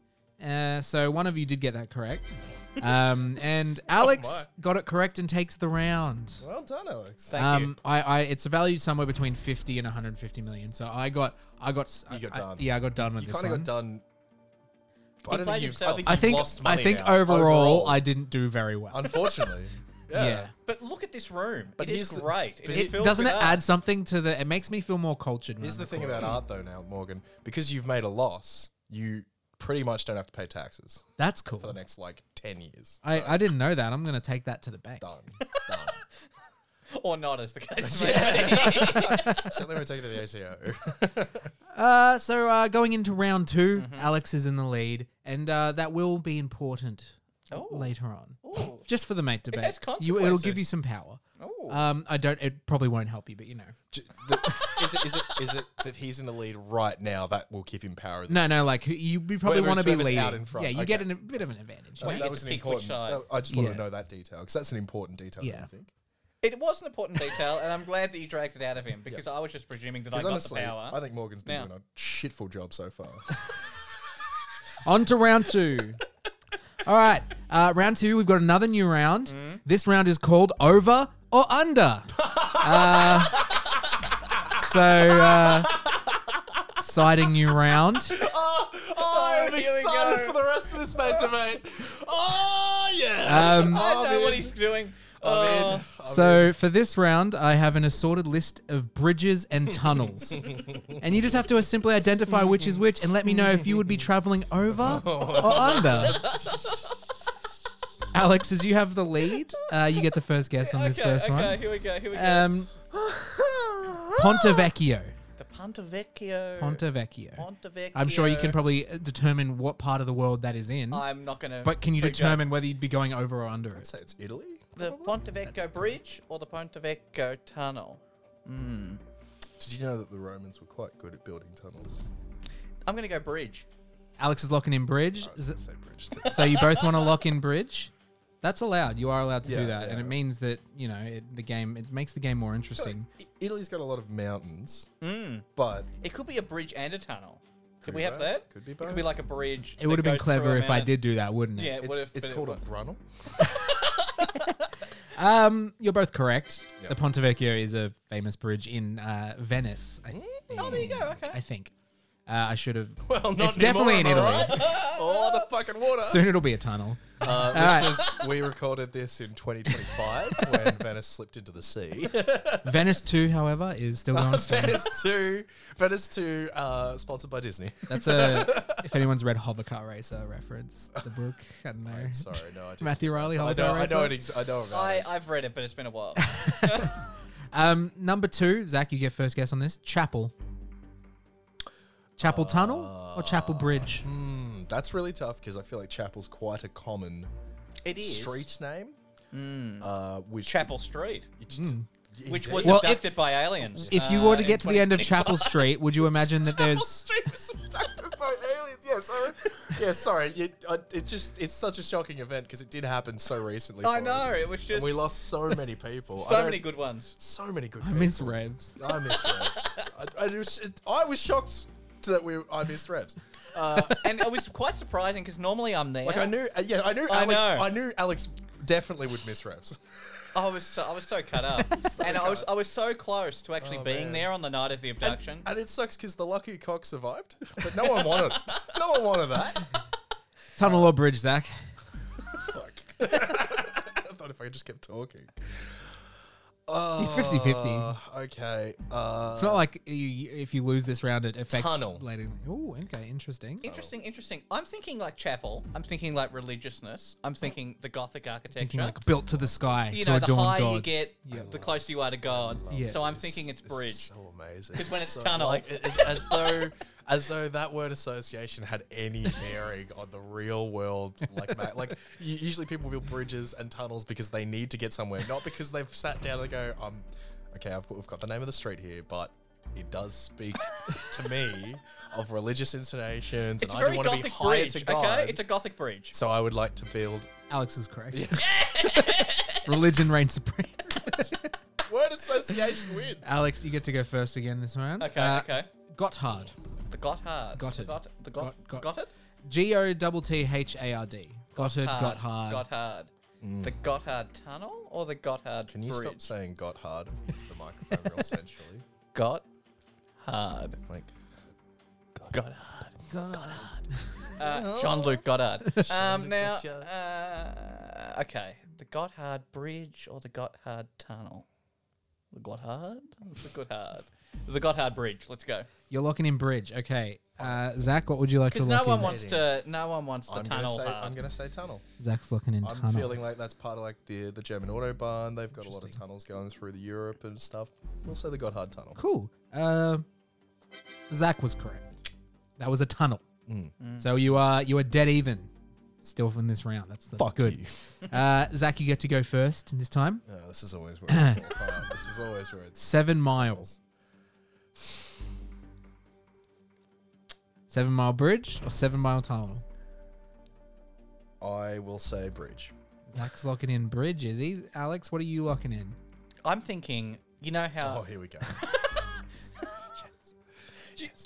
Speaker 1: Uh, so one of you did get that correct.
Speaker 2: [laughs]
Speaker 1: Um, and Alex got it correct and takes the round.
Speaker 2: Well done, Alex.
Speaker 4: Thank
Speaker 1: um,
Speaker 4: you.
Speaker 1: I, I, it's valued somewhere between fifty and one hundred fifty million. So I got, I got, s-
Speaker 2: You got
Speaker 1: I-
Speaker 2: done.
Speaker 1: yeah, I got done with
Speaker 2: You
Speaker 1: this
Speaker 2: kind of
Speaker 1: one.
Speaker 2: got done.
Speaker 4: You
Speaker 2: I don't
Speaker 4: played
Speaker 2: think you've, I
Speaker 4: yourself.
Speaker 2: think
Speaker 1: I
Speaker 2: you've
Speaker 1: think,
Speaker 2: lost money
Speaker 1: I think
Speaker 2: now.
Speaker 1: overall,
Speaker 2: Overall.
Speaker 1: I didn't do very well. [laughs]
Speaker 2: unfortunately.
Speaker 1: yeah.
Speaker 2: yeah.
Speaker 4: But look at this room.
Speaker 2: But
Speaker 4: it is
Speaker 2: here's the-
Speaker 4: great.
Speaker 2: but
Speaker 4: is
Speaker 1: It,
Speaker 4: filled
Speaker 1: doesn't it
Speaker 4: with art.
Speaker 1: add something to the? It makes me feel more cultured. when
Speaker 2: Here's
Speaker 1: I'm
Speaker 2: the thing
Speaker 1: recording.
Speaker 2: about art, though. Now, Morgan, because you've made a loss, you pretty much don't have to pay taxes
Speaker 1: that's
Speaker 2: for the
Speaker 1: cool.
Speaker 2: next like ten years. So,
Speaker 1: I, I didn't know that. I'm gonna take that to the bank.
Speaker 2: done.
Speaker 1: [laughs]
Speaker 2: done.
Speaker 4: Or not, as the case may be.
Speaker 1: [laughs]
Speaker 2: Certainly won't take it to the ACO.
Speaker 1: Uh, so uh, going into round 2
Speaker 2: Mm-hmm.
Speaker 1: Alex is in the lead, and uh, that will be important
Speaker 4: Oh.
Speaker 1: later on.
Speaker 4: Ooh.
Speaker 1: Just for the mate debate,
Speaker 4: has
Speaker 1: You- it'll give
Speaker 4: consequences.
Speaker 1: you some power.
Speaker 4: Ooh.
Speaker 1: Um, I don't. It probably won't help you, but you know.
Speaker 2: J- the- [laughs] is, it, is, it, is it that he's in the lead right now that will give him power?
Speaker 1: No, no. Like who- you, you probably
Speaker 2: Whoever's-
Speaker 1: want to be
Speaker 2: whoever's
Speaker 1: leading.
Speaker 2: out in front.
Speaker 1: Yeah, you get an,
Speaker 2: Okay.
Speaker 1: a bit of an advantage.
Speaker 2: That-
Speaker 1: you
Speaker 4: get
Speaker 2: that was
Speaker 4: to
Speaker 2: an
Speaker 4: pick which
Speaker 2: important.
Speaker 4: side.
Speaker 2: that- I just wanted
Speaker 1: Yeah.
Speaker 2: to know that detail because that's an important detail.
Speaker 1: Yeah.
Speaker 2: I think.
Speaker 4: It was an important detail, and I'm glad that you dragged it out of him because I was just presuming that I
Speaker 2: Because
Speaker 4: got
Speaker 2: honestly,
Speaker 4: the power.
Speaker 2: I think Morgan's been
Speaker 4: Now.
Speaker 2: doing a shitful job so
Speaker 4: [laughs]
Speaker 2: far. [laughs]
Speaker 1: On to round two. [laughs] All right, uh, round two. We've got another new round.
Speaker 2: Mm-hmm.
Speaker 1: This round is called Over or
Speaker 2: [laughs]
Speaker 1: Under. Uh, so, uh, exciting new round.
Speaker 2: Oh,
Speaker 4: [laughs]
Speaker 2: I'm
Speaker 4: Oh, here we excited go. for
Speaker 2: the rest of this mate
Speaker 4: [laughs]
Speaker 2: debate. Oh yeah. Uh,
Speaker 1: Um,
Speaker 4: I know what
Speaker 2: in.
Speaker 4: he's doing.
Speaker 1: Uh,
Speaker 2: I'm in.
Speaker 4: Oh.
Speaker 1: so for this round, I have an assorted list of bridges and
Speaker 4: [laughs]
Speaker 1: tunnels, and you just have to simply identify which is which, and let me know if you would be traveling over
Speaker 4: [laughs]
Speaker 1: or under. Alex, as you have the lead, uh, you get the first guess on this
Speaker 4: okay,
Speaker 1: first
Speaker 4: okay,
Speaker 1: one.
Speaker 4: here we go, here we go.
Speaker 1: Um, Ponte Vecchio.
Speaker 4: the Ponte Vecchio.
Speaker 1: Ponte Vecchio.
Speaker 4: Ponte Vecchio.
Speaker 1: I'm sure you can probably uh, determine what part of the world that is in,
Speaker 4: I'm not going to.
Speaker 1: but can you determine whether you'd be going over or under it?
Speaker 2: Say it's Italy.
Speaker 4: the Ponte Vecchio Bridge or the Ponte Vecchio Tunnel?
Speaker 2: Did you know that the Romans were quite good at building tunnels?
Speaker 4: I'm going to go bridge.
Speaker 1: Alex is locking in bridge,
Speaker 2: I was
Speaker 1: Z-
Speaker 2: gonna say [laughs] bridge. too.
Speaker 1: [laughs] so you both want to lock in bridge. That's allowed. You are allowed to do
Speaker 2: Yeah,
Speaker 1: that, and it
Speaker 2: yeah.
Speaker 1: means that you know it, the game. It makes the game more interesting.
Speaker 2: I- Italy's got a lot of mountains, but
Speaker 4: Hmm. It could be a bridge and a tunnel. Could
Speaker 2: Could
Speaker 4: we
Speaker 2: be
Speaker 4: have
Speaker 2: both.
Speaker 4: that?
Speaker 2: Could be
Speaker 4: It could
Speaker 2: both.
Speaker 4: be like a bridge.
Speaker 1: It would have
Speaker 4: that
Speaker 1: been
Speaker 4: goes through
Speaker 1: clever
Speaker 4: a
Speaker 1: if I
Speaker 4: mountain.
Speaker 1: did do that, wouldn't it?
Speaker 4: Yeah, it would have.
Speaker 2: it's, it's
Speaker 4: but it
Speaker 2: called a
Speaker 4: wouldn't.
Speaker 2: brunnel.
Speaker 1: Um, you're both correct.
Speaker 2: Yeah.
Speaker 1: The Ponte Vecchio is a famous bridge in uh, Venice. I
Speaker 2: Mm,
Speaker 1: think.
Speaker 4: Oh, there you go. Okay.
Speaker 1: I think. Uh, I should have.
Speaker 2: [laughs] Well, not
Speaker 1: it's definitely in Italy.
Speaker 4: [laughs]
Speaker 2: oh, the fucking water.
Speaker 1: Soon it'll be a tunnel.
Speaker 2: Uh,
Speaker 1: right.
Speaker 2: listeners, we recorded this in 2025 [laughs] when Venice slipped into
Speaker 1: [laughs]
Speaker 2: the sea.
Speaker 1: Venice 2, however, is still going strong.
Speaker 2: Uh, Venice 2, Venice 2, uh, sponsored by Disney. [laughs]
Speaker 1: That's a. If anyone's read Hover Car Racer reference, the book, I don't know.
Speaker 2: Sorry, no, I didn't.
Speaker 1: Matthew Riley,
Speaker 2: I
Speaker 1: Hover
Speaker 2: know,
Speaker 1: Car
Speaker 2: I
Speaker 1: Racer.
Speaker 2: know, it ex- I know about
Speaker 4: I,
Speaker 2: it.
Speaker 4: I've read it, but it's been a while.
Speaker 1: Um, number two, Zach, you get first guess on this. Chapel. Chapel Tunnel or Chapel Bridge?
Speaker 2: Hmm, that's really tough because I feel like Chapel's quite a common
Speaker 4: it is
Speaker 2: street name. Uh, which
Speaker 4: Chapel Street,
Speaker 2: it's-
Speaker 1: Hmm.
Speaker 4: which
Speaker 2: [laughs]
Speaker 4: was [laughs]
Speaker 1: Well, if-
Speaker 4: abducted by aliens.
Speaker 1: If you
Speaker 4: uh,
Speaker 1: were to
Speaker 4: in
Speaker 1: get to the end of
Speaker 4: 2025.
Speaker 1: Chapel Street, would you imagine
Speaker 4: [laughs]
Speaker 1: that
Speaker 2: Chapel
Speaker 1: there's.
Speaker 2: Street was abducted by aliens. Yeah, sorry. Yeah, sorry. You, uh, it's just it's such a shocking event because it did happen so recently.
Speaker 4: I
Speaker 2: for
Speaker 4: know
Speaker 2: us.
Speaker 4: it was
Speaker 2: and
Speaker 4: just
Speaker 2: we lost so many people.
Speaker 4: [laughs]
Speaker 2: I
Speaker 4: so
Speaker 2: don't-
Speaker 4: many good ones.
Speaker 2: so many good.
Speaker 1: I miss Revs.
Speaker 2: I miss Revs. I, I, just, I was shocked that we I missed Revs. Uh,
Speaker 4: and it was quite surprising because normally I'm there.
Speaker 2: like I knew, uh, yeah, I knew
Speaker 4: I
Speaker 2: Alex.
Speaker 4: know.
Speaker 2: I, knew Alex definitely would miss Revs.
Speaker 4: I was so, I was so [laughs] cut up, and I was I was so close to actually
Speaker 2: Oh,
Speaker 4: being
Speaker 2: man.
Speaker 4: there on the night of the abduction.
Speaker 2: And it sucks because the lucky cock survived, but no one wanted, no one
Speaker 4: [laughs]
Speaker 2: wanted that.
Speaker 1: Tunnel or Bridge, [laughs] Zach?
Speaker 2: Fuck. [laughs] I thought if I just kept talking. Uh,
Speaker 1: 50-50.
Speaker 2: Okay. Uh,
Speaker 1: It's not like you, if you lose this round, it affects.
Speaker 2: Tunnel.
Speaker 1: Later. Oh, okay, interesting.
Speaker 4: interesting, interesting. I'm thinking like chapel. I'm thinking like religiousness. I'm thinking the Gothic architecture.
Speaker 1: Thinking like built to the sky
Speaker 4: you
Speaker 1: to
Speaker 4: know, the
Speaker 1: adorn
Speaker 4: higher
Speaker 1: God.
Speaker 4: you get, the closer you are to God.
Speaker 1: Yeah.
Speaker 4: So I'm
Speaker 2: It's-
Speaker 4: thinking it's bridge.
Speaker 2: so amazing.
Speaker 4: 'Cause when it's
Speaker 2: So-
Speaker 4: tunnel.
Speaker 2: like, it is as though as though that word association had any bearing on the real world. Like ma- like u- usually people build bridges and tunnels because they need to get somewhere, not because they've sat down and go, um, okay, I've, we've got the name of the street here, but it does speak to me of religious intonations,
Speaker 4: It's a
Speaker 2: and I
Speaker 4: very
Speaker 2: do want to be
Speaker 4: Gothic
Speaker 2: higher
Speaker 4: bridge,
Speaker 2: to God.
Speaker 4: okay? It's a Gothic bridge.
Speaker 2: so I would like to build.
Speaker 1: Alex is correct. [laughs] Religion reigns
Speaker 4: [laughs]
Speaker 1: supreme.
Speaker 2: Word association wins.
Speaker 1: Alex, you get to go first again this round.
Speaker 4: Okay,
Speaker 1: Uh,
Speaker 4: okay.
Speaker 1: Gotthard.
Speaker 4: The Gotthard.
Speaker 1: Got it.
Speaker 4: The Got, the got,
Speaker 1: Got- got-
Speaker 4: got it?
Speaker 1: G O double T H A R D. Gotthard
Speaker 4: Hard.
Speaker 1: Gotthard.
Speaker 4: Uh, Gotthard. The Gotthard Tunnel or the Gotthard
Speaker 2: Can you
Speaker 4: Bridge?
Speaker 2: stop saying got hard into the microphone
Speaker 4: [laughs]
Speaker 2: real sensually?
Speaker 4: Gotthard.
Speaker 2: Like,
Speaker 4: Goddard. Uh, John Luke Goddard. Um,
Speaker 2: Jean-Luc
Speaker 4: now,
Speaker 2: Gaultier.
Speaker 4: uh, okay, the Gotthard Bridge or the Gotthard Tunnel? The Gotthard? The Gotthard. The Gotthard Bridge. Let's go.
Speaker 1: You're locking in bridge. Okay. Uh, Zach, what would you like to
Speaker 4: Because no
Speaker 1: lock
Speaker 4: one
Speaker 1: in?
Speaker 4: wants to. No one wants to
Speaker 2: I'm gonna,
Speaker 4: tunnel
Speaker 2: say,
Speaker 4: hard.
Speaker 2: I'm gonna say tunnel.
Speaker 1: Zach's locking in
Speaker 2: I'm
Speaker 1: tunnel.
Speaker 2: feeling like that's part of like the the German autobahn. They've got a lot of tunnels going through the Europe and stuff. We'll say the Gotthard tunnel.
Speaker 1: cool. Uh, Zach was correct. That was a tunnel.
Speaker 2: Mm.
Speaker 4: Mm.
Speaker 1: So you are you are dead even. Still from this round. That's, that's [laughs]
Speaker 2: Fuck
Speaker 1: good. Uh, Zach, you get to go first this time.
Speaker 2: No, this is always where it's
Speaker 1: [laughs]
Speaker 2: apart. This is always where it's
Speaker 1: Seven miles. Seven mile bridge or seven mile tunnel?
Speaker 2: I will say bridge.
Speaker 1: Zach's locking in bridge, is he? Alex, what are you locking in?
Speaker 4: I'm thinking. You know how [laughs]
Speaker 2: Oh, here we go.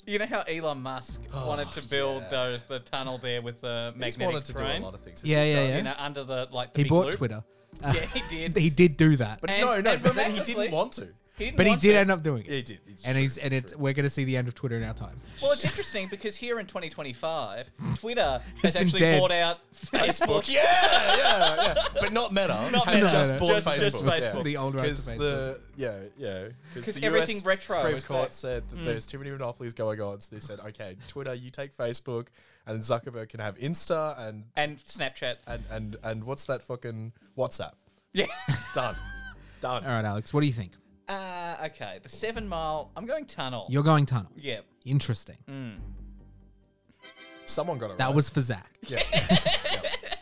Speaker 4: you know how Elon Musk wanted to build those the tunnel there with the
Speaker 2: Oh, He's
Speaker 4: magnetic
Speaker 2: wanted to do a
Speaker 4: train?
Speaker 2: lot of things.
Speaker 1: Yeah, yeah, yeah.
Speaker 4: You know, under the like the
Speaker 1: He
Speaker 4: big
Speaker 1: bought
Speaker 4: loop.
Speaker 1: Twitter.
Speaker 4: Yeah, he did.
Speaker 1: He did do that. But,
Speaker 2: [laughs] But
Speaker 4: And-
Speaker 2: no, no,
Speaker 4: and
Speaker 2: but then he
Speaker 4: relentlessly-
Speaker 2: didn't want to.
Speaker 4: He didn't
Speaker 1: he
Speaker 4: want
Speaker 1: did
Speaker 4: to.
Speaker 1: end up doing it.
Speaker 2: Yeah, he did. It's
Speaker 1: and
Speaker 2: true,
Speaker 1: he's and it's
Speaker 2: true.
Speaker 1: we're gonna see the end of Twitter in our time.
Speaker 4: Well, it's interesting because here in 2025, Twitter
Speaker 1: It's
Speaker 4: has
Speaker 1: been
Speaker 4: actually
Speaker 1: dead.
Speaker 4: bought out Facebook.
Speaker 2: [laughs] yeah, yeah, yeah. But not Meta.
Speaker 4: Not
Speaker 2: has
Speaker 4: Meta.
Speaker 2: just
Speaker 1: No, no.
Speaker 2: bought
Speaker 4: Just-
Speaker 2: Facebook.
Speaker 4: just
Speaker 2: yeah.
Speaker 4: Facebook.
Speaker 1: The old rights
Speaker 2: Because
Speaker 1: of Facebook.
Speaker 2: the yeah yeah
Speaker 4: 'Cause
Speaker 2: the
Speaker 4: everything
Speaker 2: US
Speaker 4: retro hmm.
Speaker 2: Supreme
Speaker 4: is
Speaker 2: Court
Speaker 4: back.
Speaker 2: said that there's too many monopolies going on, so they said, okay, Twitter, you take Facebook, and Zuckerberg can have Insta and
Speaker 4: and Snapchat.
Speaker 2: and and and what's that fucking WhatsApp?
Speaker 4: Yeah.
Speaker 2: Done, done.
Speaker 1: All right, Alex, what do you think?
Speaker 4: Uh, okay, the seven mile. I'm going tunnel.
Speaker 1: You're going tunnel.
Speaker 4: yeah.
Speaker 1: Interesting.
Speaker 2: Someone got it.
Speaker 1: That
Speaker 2: right.
Speaker 1: was for Zach,
Speaker 4: [laughs]
Speaker 2: yeah. yeah,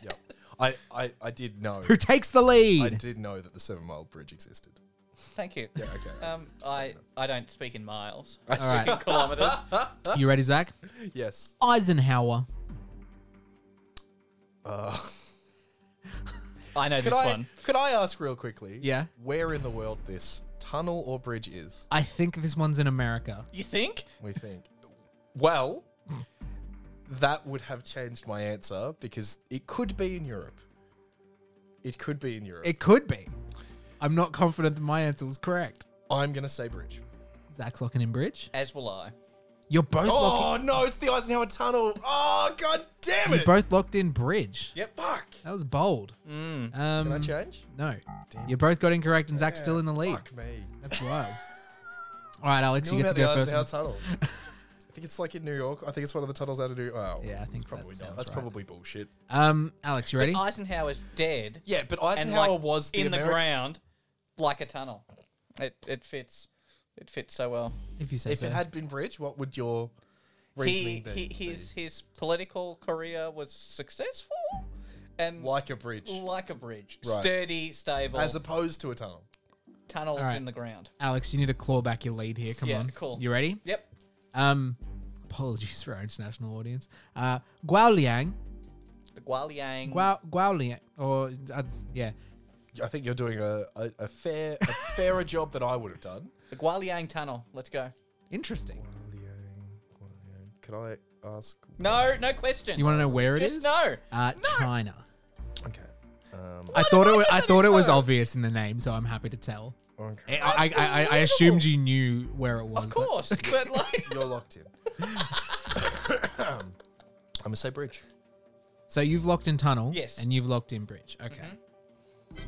Speaker 2: yeah. I, I I did know.
Speaker 1: who takes the
Speaker 2: I
Speaker 1: lead.
Speaker 2: did know that the Seven Mile Bridge existed.
Speaker 4: Thank you.
Speaker 2: Yeah, okay.
Speaker 4: Um, I I don't speak in miles. I
Speaker 1: All
Speaker 4: speak in
Speaker 1: right,
Speaker 4: kilometers.
Speaker 1: you ready, Zach?
Speaker 2: yes.
Speaker 1: Eisenhower.
Speaker 2: Uh,
Speaker 4: I know
Speaker 2: could
Speaker 4: this
Speaker 2: I
Speaker 4: one.
Speaker 2: could I ask real quickly?
Speaker 1: Yeah.
Speaker 2: Where in the world this tunnel or bridge is?
Speaker 1: I think this one's in America.
Speaker 4: You think?
Speaker 2: We think. Well, that would have changed my answer because it could be in Europe. It could be in Europe.
Speaker 1: It could be. I'm not confident that my answer was correct.
Speaker 2: I'm gonna say bridge.
Speaker 1: Zach's locking in bridge.
Speaker 4: As will I.
Speaker 1: You're both locking,
Speaker 2: Oh no, it's the Eisenhower Tunnel. Oh god damn
Speaker 1: you're
Speaker 2: it!
Speaker 1: both locked in bridge.
Speaker 4: Yep.
Speaker 2: Fuck.
Speaker 1: That was bold. Um,
Speaker 2: Can I change?
Speaker 1: No. You both got incorrect and Zach's still in the lead.
Speaker 2: Fuck me.
Speaker 1: That's wild. [laughs] All right, Alex,
Speaker 2: Tell
Speaker 1: you
Speaker 2: me
Speaker 1: get to
Speaker 2: about the
Speaker 1: go
Speaker 2: Eisenhower
Speaker 1: first. [laughs]
Speaker 2: Tunnel. I think it's like in New York. I think it's one of the tunnels out of New York. Oh,
Speaker 1: Yeah, I think
Speaker 2: it's
Speaker 1: that
Speaker 2: probably
Speaker 1: sounds
Speaker 2: not. That's
Speaker 1: right.
Speaker 2: probably bullshit.
Speaker 1: Um, Alex, you ready?
Speaker 4: Eisenhower's dead.
Speaker 2: Yeah, but
Speaker 4: and
Speaker 2: Eisenhower
Speaker 4: like
Speaker 2: was the
Speaker 4: in
Speaker 2: American.
Speaker 4: the ground, like a tunnel. It it fits. It fits so well.
Speaker 1: if you say
Speaker 2: if
Speaker 1: so.
Speaker 2: it had been bridge, what would your reasoning
Speaker 4: He,
Speaker 2: then
Speaker 4: he his his political career was successful,
Speaker 2: be?
Speaker 4: and
Speaker 2: Like a bridge,
Speaker 4: like a bridge,
Speaker 2: Right.
Speaker 4: sturdy, stable,
Speaker 2: as opposed to a tunnel.
Speaker 4: tunnels
Speaker 1: Alright.
Speaker 4: in the ground.
Speaker 1: Alex, you need to claw back your lead here. Come
Speaker 4: Yeah,
Speaker 1: on.
Speaker 4: cool.
Speaker 1: You ready?
Speaker 4: Yep.
Speaker 1: Um, apologies for our international audience. Uh, Guoliang.
Speaker 4: The Gualiang.
Speaker 1: Guo, Guoliang. Or, uh, yeah.
Speaker 2: I think you're doing a, a, a fair a fairer job than I would have done.
Speaker 4: the Gualiang Tunnel. Let's go.
Speaker 1: Interesting.
Speaker 2: Could I ask?
Speaker 4: No, no questions.
Speaker 1: You want to know where it is?
Speaker 4: Just no.
Speaker 1: Uh, China.
Speaker 2: Okay. Um,
Speaker 1: I thought it
Speaker 4: I
Speaker 1: was,
Speaker 4: get
Speaker 1: I
Speaker 4: that
Speaker 1: thought it was
Speaker 4: info?
Speaker 1: obvious in the name, so I'm happy to tell.
Speaker 2: okay.
Speaker 1: I, I, I, I- I assumed you knew where it was.
Speaker 4: Of
Speaker 1: but- [laughs]
Speaker 4: course, but like
Speaker 2: You're locked in.
Speaker 1: [coughs]
Speaker 2: I'm gonna say bridge.
Speaker 1: So you've locked in tunnel.
Speaker 4: Yes. Mm-hmm.
Speaker 1: And you've locked in bridge. Okay.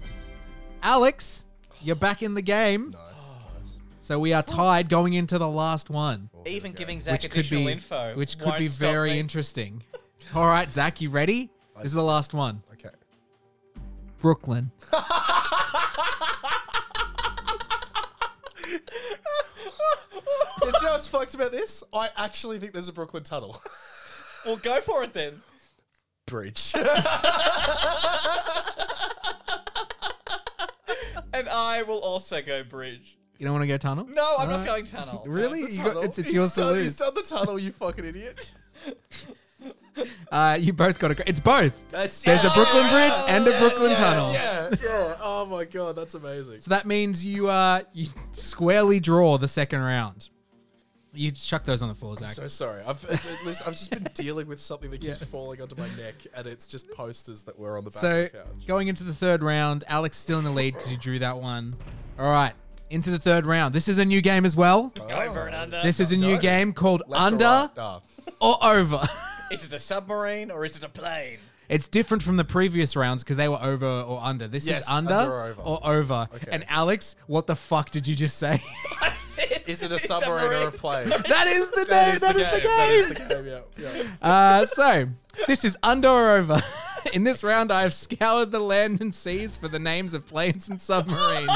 Speaker 1: Alex, you're back in the game.
Speaker 2: [gasps] Nice. nice.
Speaker 1: So we are tied going into the last one,
Speaker 4: even giving Zach
Speaker 1: which could
Speaker 4: additional
Speaker 1: be
Speaker 4: info,
Speaker 1: which could
Speaker 4: won't
Speaker 1: be
Speaker 4: stop
Speaker 1: very
Speaker 4: me.
Speaker 1: interesting. [laughs] All right, Zach, you ready? This is the last one.
Speaker 2: Okay.
Speaker 1: Brooklyn.
Speaker 2: you know what's fucked about this? I actually think there's a Brooklyn tunnel.
Speaker 4: Well, go for it then.
Speaker 2: Bridge.
Speaker 4: And I will also go bridge.
Speaker 1: You don't want to go tunnel?
Speaker 4: No, I'm
Speaker 1: All
Speaker 4: not
Speaker 1: right.
Speaker 4: going tunnel.
Speaker 2: [laughs]
Speaker 1: Really?
Speaker 2: The
Speaker 1: You got-
Speaker 2: tunnel.
Speaker 1: it's it's
Speaker 2: He's
Speaker 1: yours to
Speaker 2: done- He's
Speaker 1: lose.
Speaker 2: done the tunnel, you fucking idiot.
Speaker 1: Uh, you both got to. It's both.
Speaker 2: That's,
Speaker 1: There's a Brooklyn Bridge and a Brooklyn
Speaker 2: yeah,
Speaker 1: Tunnel. [laughs]
Speaker 2: Yeah, yeah. Oh my god, that's amazing.
Speaker 1: So that means you uh you squarely draw the second round. You chuck those on the floor, Zach.
Speaker 2: So sorry. I've uh, uh, listen, I've just
Speaker 1: [laughs]
Speaker 2: been dealing with something that keeps
Speaker 1: Yeah.
Speaker 2: falling onto my neck, and it's just posters that were on the back
Speaker 1: So
Speaker 2: of the couch.
Speaker 1: going into the third round, Alex still in the lead because you drew that one. All right, into the third round. This is a new game as well.
Speaker 4: Over and under.
Speaker 1: This is a new
Speaker 2: no.
Speaker 1: game called
Speaker 2: Oh. Left or
Speaker 1: Under
Speaker 2: right? Ah.
Speaker 1: or Over. [laughs]
Speaker 4: Is it a submarine or is it a plane? [laughs]
Speaker 1: It's different from the previous rounds because they were over or under. This
Speaker 2: Yes,
Speaker 1: is under,
Speaker 2: under or over.
Speaker 1: over.
Speaker 2: Okay.
Speaker 1: And Alex, what the fuck did you just say?
Speaker 4: I said,
Speaker 2: Is
Speaker 4: [laughs]
Speaker 2: it a submarine or a plane? [laughs]
Speaker 1: that is the name. [laughs] That is the game.
Speaker 2: yeah, yeah.
Speaker 1: Uh, so, this is under or over. [laughs] In this round, I have scoured the land and seas for the names of planes and
Speaker 4: [laughs]
Speaker 1: submarines.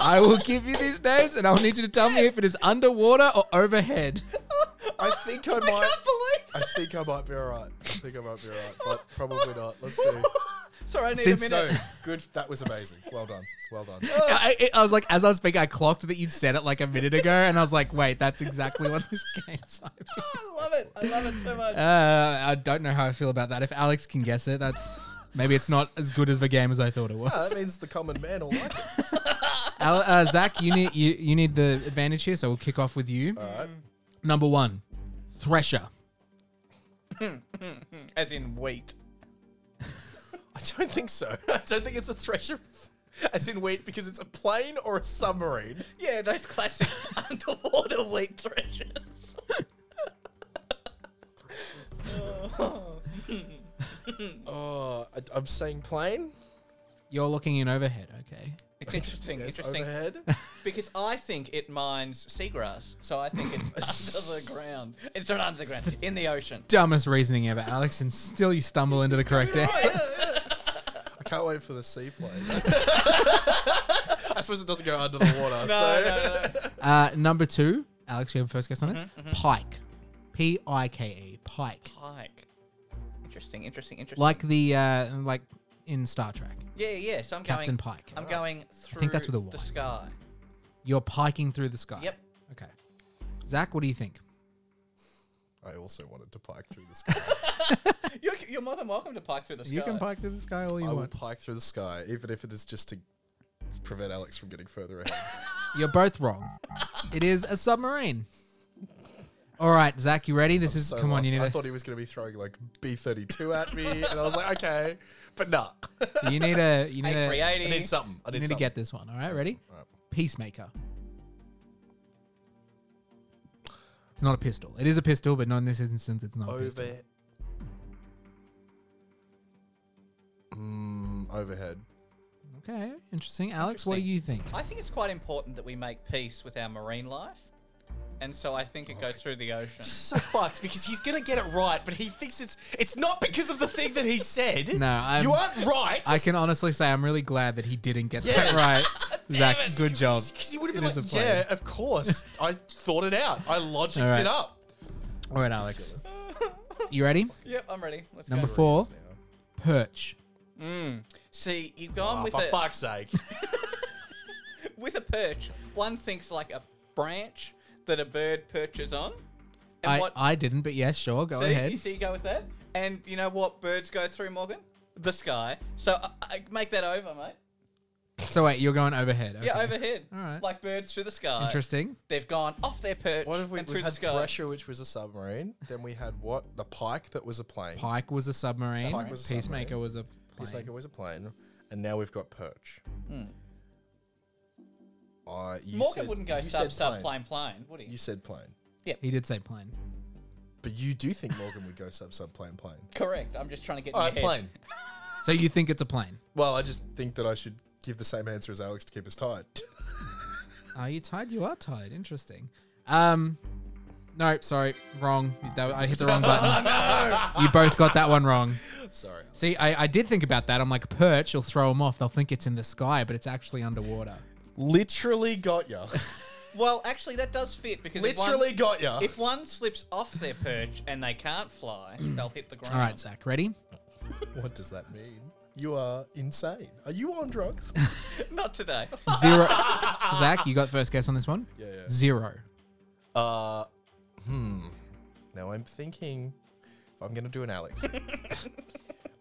Speaker 1: I will give you these names, and I'll need you to tell me if it is underwater or overhead.
Speaker 2: I think I might.
Speaker 4: can't
Speaker 2: I
Speaker 4: believe
Speaker 2: think I might be alright. I think I might be alright, [laughs] but probably not. Let's do.
Speaker 4: [laughs] Sorry, I need
Speaker 1: Since-
Speaker 4: a
Speaker 2: So
Speaker 4: minute. [laughs]
Speaker 2: good. That was amazing. Well done. Well done.
Speaker 1: I, I- I was like, as I was speaking, I clocked that you'd said it like a minute ago, and I was like, wait, that's exactly what this game's like.
Speaker 4: Oh, I love it. I love it so much.
Speaker 1: Uh, I don't know how I feel about that. If Alex can guess it, that's maybe it's not as good as the game as I thought it was.
Speaker 2: Ah, that means the common man will like it.
Speaker 1: Al- uh, Zach, you need you, you need the advantage here, so we'll kick off with you.
Speaker 2: Alright.
Speaker 1: Number one, Thresher.
Speaker 4: As in wheat.
Speaker 2: I don't think so. [laughs] I don't think it's a thresher, as in wheat, because it's a plane or a submarine.
Speaker 4: Yeah, those [laughs] classic underwater wheat treasures.
Speaker 2: Oh, I, I'm saying plane.
Speaker 1: You're looking in overhead, okay?
Speaker 4: It's interesting,
Speaker 2: It's
Speaker 1: [laughs]
Speaker 4: interesting.
Speaker 2: overhead.
Speaker 4: Because I think it mines seagrass, so I think
Speaker 2: [laughs]
Speaker 4: it's under the ground. It's not under the ground, in the ocean.
Speaker 1: Dumbest reasoning ever, Alex, and still you stumble into the correct
Speaker 4: Oh,
Speaker 1: answer.
Speaker 2: I can't wait for
Speaker 1: [laughs]
Speaker 2: the seaplane. I suppose it doesn't go under the water. so.
Speaker 1: Uh, number two, Alex, you have a first guess on this. Pike, P I K E, Pike,
Speaker 4: Pike. Interesting, interesting, interesting.
Speaker 1: like the uh, like in Star Trek,
Speaker 4: yeah, yeah. So I'm
Speaker 1: Captain
Speaker 4: going.
Speaker 1: Pike.
Speaker 4: I'm going through
Speaker 1: that's with a
Speaker 4: the
Speaker 1: Y.
Speaker 4: sky.
Speaker 1: You're piking through the sky.
Speaker 4: Yep.
Speaker 1: Okay. Zach, what do you think?
Speaker 2: I also wanted to pike through the sky.
Speaker 4: You're, you're more than welcome to pike through the sky.
Speaker 1: You can pike through the sky all [laughs] you
Speaker 2: I will
Speaker 1: want.
Speaker 2: pike through the sky, even if it is just to prevent Alex from getting further ahead.
Speaker 1: You're both wrong. It is a submarine. All right, Zach, you ready? This is
Speaker 2: So
Speaker 1: come on. You
Speaker 2: lost.
Speaker 1: need
Speaker 2: I
Speaker 1: a,
Speaker 2: thought he was going to be throwing like B thirty two at me, and I was like, okay, but nah.
Speaker 1: you need a
Speaker 4: [laughs]
Speaker 1: you need a, you
Speaker 2: I need
Speaker 4: 380.
Speaker 2: something. I need,
Speaker 1: need to
Speaker 2: something.
Speaker 1: get this one. All right, ready?
Speaker 2: Alright.
Speaker 1: Peacemaker. It's not a pistol. It is a pistol, but not in this instance. It's not. A pistol.
Speaker 2: over. Mm, overhead.
Speaker 1: Okay, interesting. Alex, what do you think?
Speaker 4: I think it's quite important that we make peace with our marine life, and so I think it goes through the
Speaker 1: [laughs]
Speaker 4: ocean.
Speaker 7: so fucked because he's gonna get it right, but he thinks it's it's not because of the thing that he said.
Speaker 1: No, I'm-
Speaker 7: you aren't right.
Speaker 1: I can honestly say I'm really glad that he didn't get
Speaker 7: Yes.
Speaker 1: that
Speaker 4: [laughs]
Speaker 1: right. Zach,
Speaker 7: it.
Speaker 1: good job.
Speaker 7: Because he would
Speaker 1: It
Speaker 7: have
Speaker 1: is
Speaker 7: been
Speaker 1: a
Speaker 7: like,
Speaker 1: plane.
Speaker 7: yeah, of
Speaker 1: [laughs]
Speaker 7: course. I thought it out. I logicked
Speaker 1: All right.
Speaker 7: it up.
Speaker 1: All right, Alex. You ready?
Speaker 4: Yep, I'm ready. Let's
Speaker 1: Number
Speaker 4: go.
Speaker 1: four, perch.
Speaker 4: See, you've gone
Speaker 7: Oh,
Speaker 4: with
Speaker 7: for
Speaker 4: a
Speaker 7: fuck's
Speaker 4: [laughs]
Speaker 7: sake.
Speaker 4: with a perch. One thinks like a branch that a bird perches on, and
Speaker 1: I,
Speaker 4: what?
Speaker 1: I didn't, but yes, sure, go
Speaker 4: so
Speaker 1: ahead.
Speaker 4: you see, you go with that, and you know what birds go through, Morgan? The sky. So I, I make that over, mate.
Speaker 1: So wait, you're going overhead. Okay.
Speaker 4: Yeah, overhead.
Speaker 1: All right.
Speaker 4: Like birds through the sky.
Speaker 1: Interesting.
Speaker 4: They've gone off their perch
Speaker 2: What have we?
Speaker 4: and
Speaker 2: We
Speaker 4: through the
Speaker 2: had
Speaker 4: sky.
Speaker 2: Thresher, which was a submarine. Then we had what? The Pike that was a plane.
Speaker 1: Pike was a submarine.
Speaker 2: Pike was a
Speaker 1: Peacemaker
Speaker 2: submarine.
Speaker 1: was a.
Speaker 2: Peacemaker
Speaker 1: plane.
Speaker 2: was a plane, and now we've got Perch. Uh, you
Speaker 4: Hmm. Morgan
Speaker 2: said-
Speaker 4: wouldn't go
Speaker 2: you
Speaker 4: sub
Speaker 2: said
Speaker 4: sub plane plane, would he?
Speaker 2: You said plane,
Speaker 1: He did say plane.
Speaker 2: but you do think Morgan would go sub sub plane
Speaker 4: [laughs]
Speaker 2: plane.
Speaker 4: Correct. I'm just trying to get.
Speaker 2: All
Speaker 4: in
Speaker 2: right,
Speaker 4: your head.
Speaker 2: plane.
Speaker 1: So you think it's a plane?
Speaker 2: Well, I just think that I should give the same answer as Alex to keep us tied. [laughs]
Speaker 1: Are you tired? You are tired. Interesting. Um, no, sorry, wrong. That, I hit the
Speaker 4: [laughs]
Speaker 1: wrong button. You both got that one wrong.
Speaker 2: Sorry. Alex.
Speaker 1: See, I, I did think about that. I'm like, perch, you'll throw them off. They'll think it's in the sky, but it's actually underwater.
Speaker 2: Literally got [laughs] ya.
Speaker 4: Well, actually, that does fit because if one-
Speaker 2: Literally got ya.
Speaker 4: [laughs] If one slips off their perch and they can't
Speaker 2: [clears throat]
Speaker 4: fly, they'll hit the ground. [laughs]
Speaker 1: All right, Zach, ready?
Speaker 2: [laughs] What does that mean? You are insane. Are you on [laughs] drugs?
Speaker 4: Not
Speaker 2: [laughs]
Speaker 4: today.
Speaker 1: Zero. Zach, you got first guess on this one?
Speaker 2: Yeah, yeah.
Speaker 1: Zero.
Speaker 2: Uh, hmm. Now I'm thinking if I'm going to do
Speaker 4: [laughs]
Speaker 2: an Alex.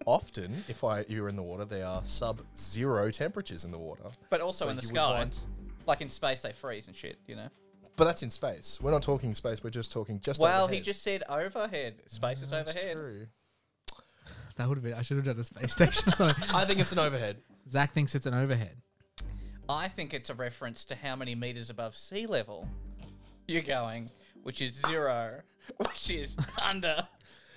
Speaker 2: Often, if I you're in the water, they are sub-zero temperatures in the water.
Speaker 4: But also
Speaker 2: So
Speaker 4: in the
Speaker 2: you would
Speaker 4: sky.
Speaker 2: want-
Speaker 4: Like in space, they freeze and shit, you know?
Speaker 2: But that's in space. We're not talking space. We're just talking just.
Speaker 4: Well, he
Speaker 2: overhead.
Speaker 4: just said overhead. Space is overhead.
Speaker 2: True.
Speaker 1: That would have been. I should have done a space station. Sorry.
Speaker 2: I think it's an overhead.
Speaker 1: Zach thinks it's an overhead.
Speaker 4: I think it's a reference to how many meters above sea level you're going, which is zero, [laughs] which is under.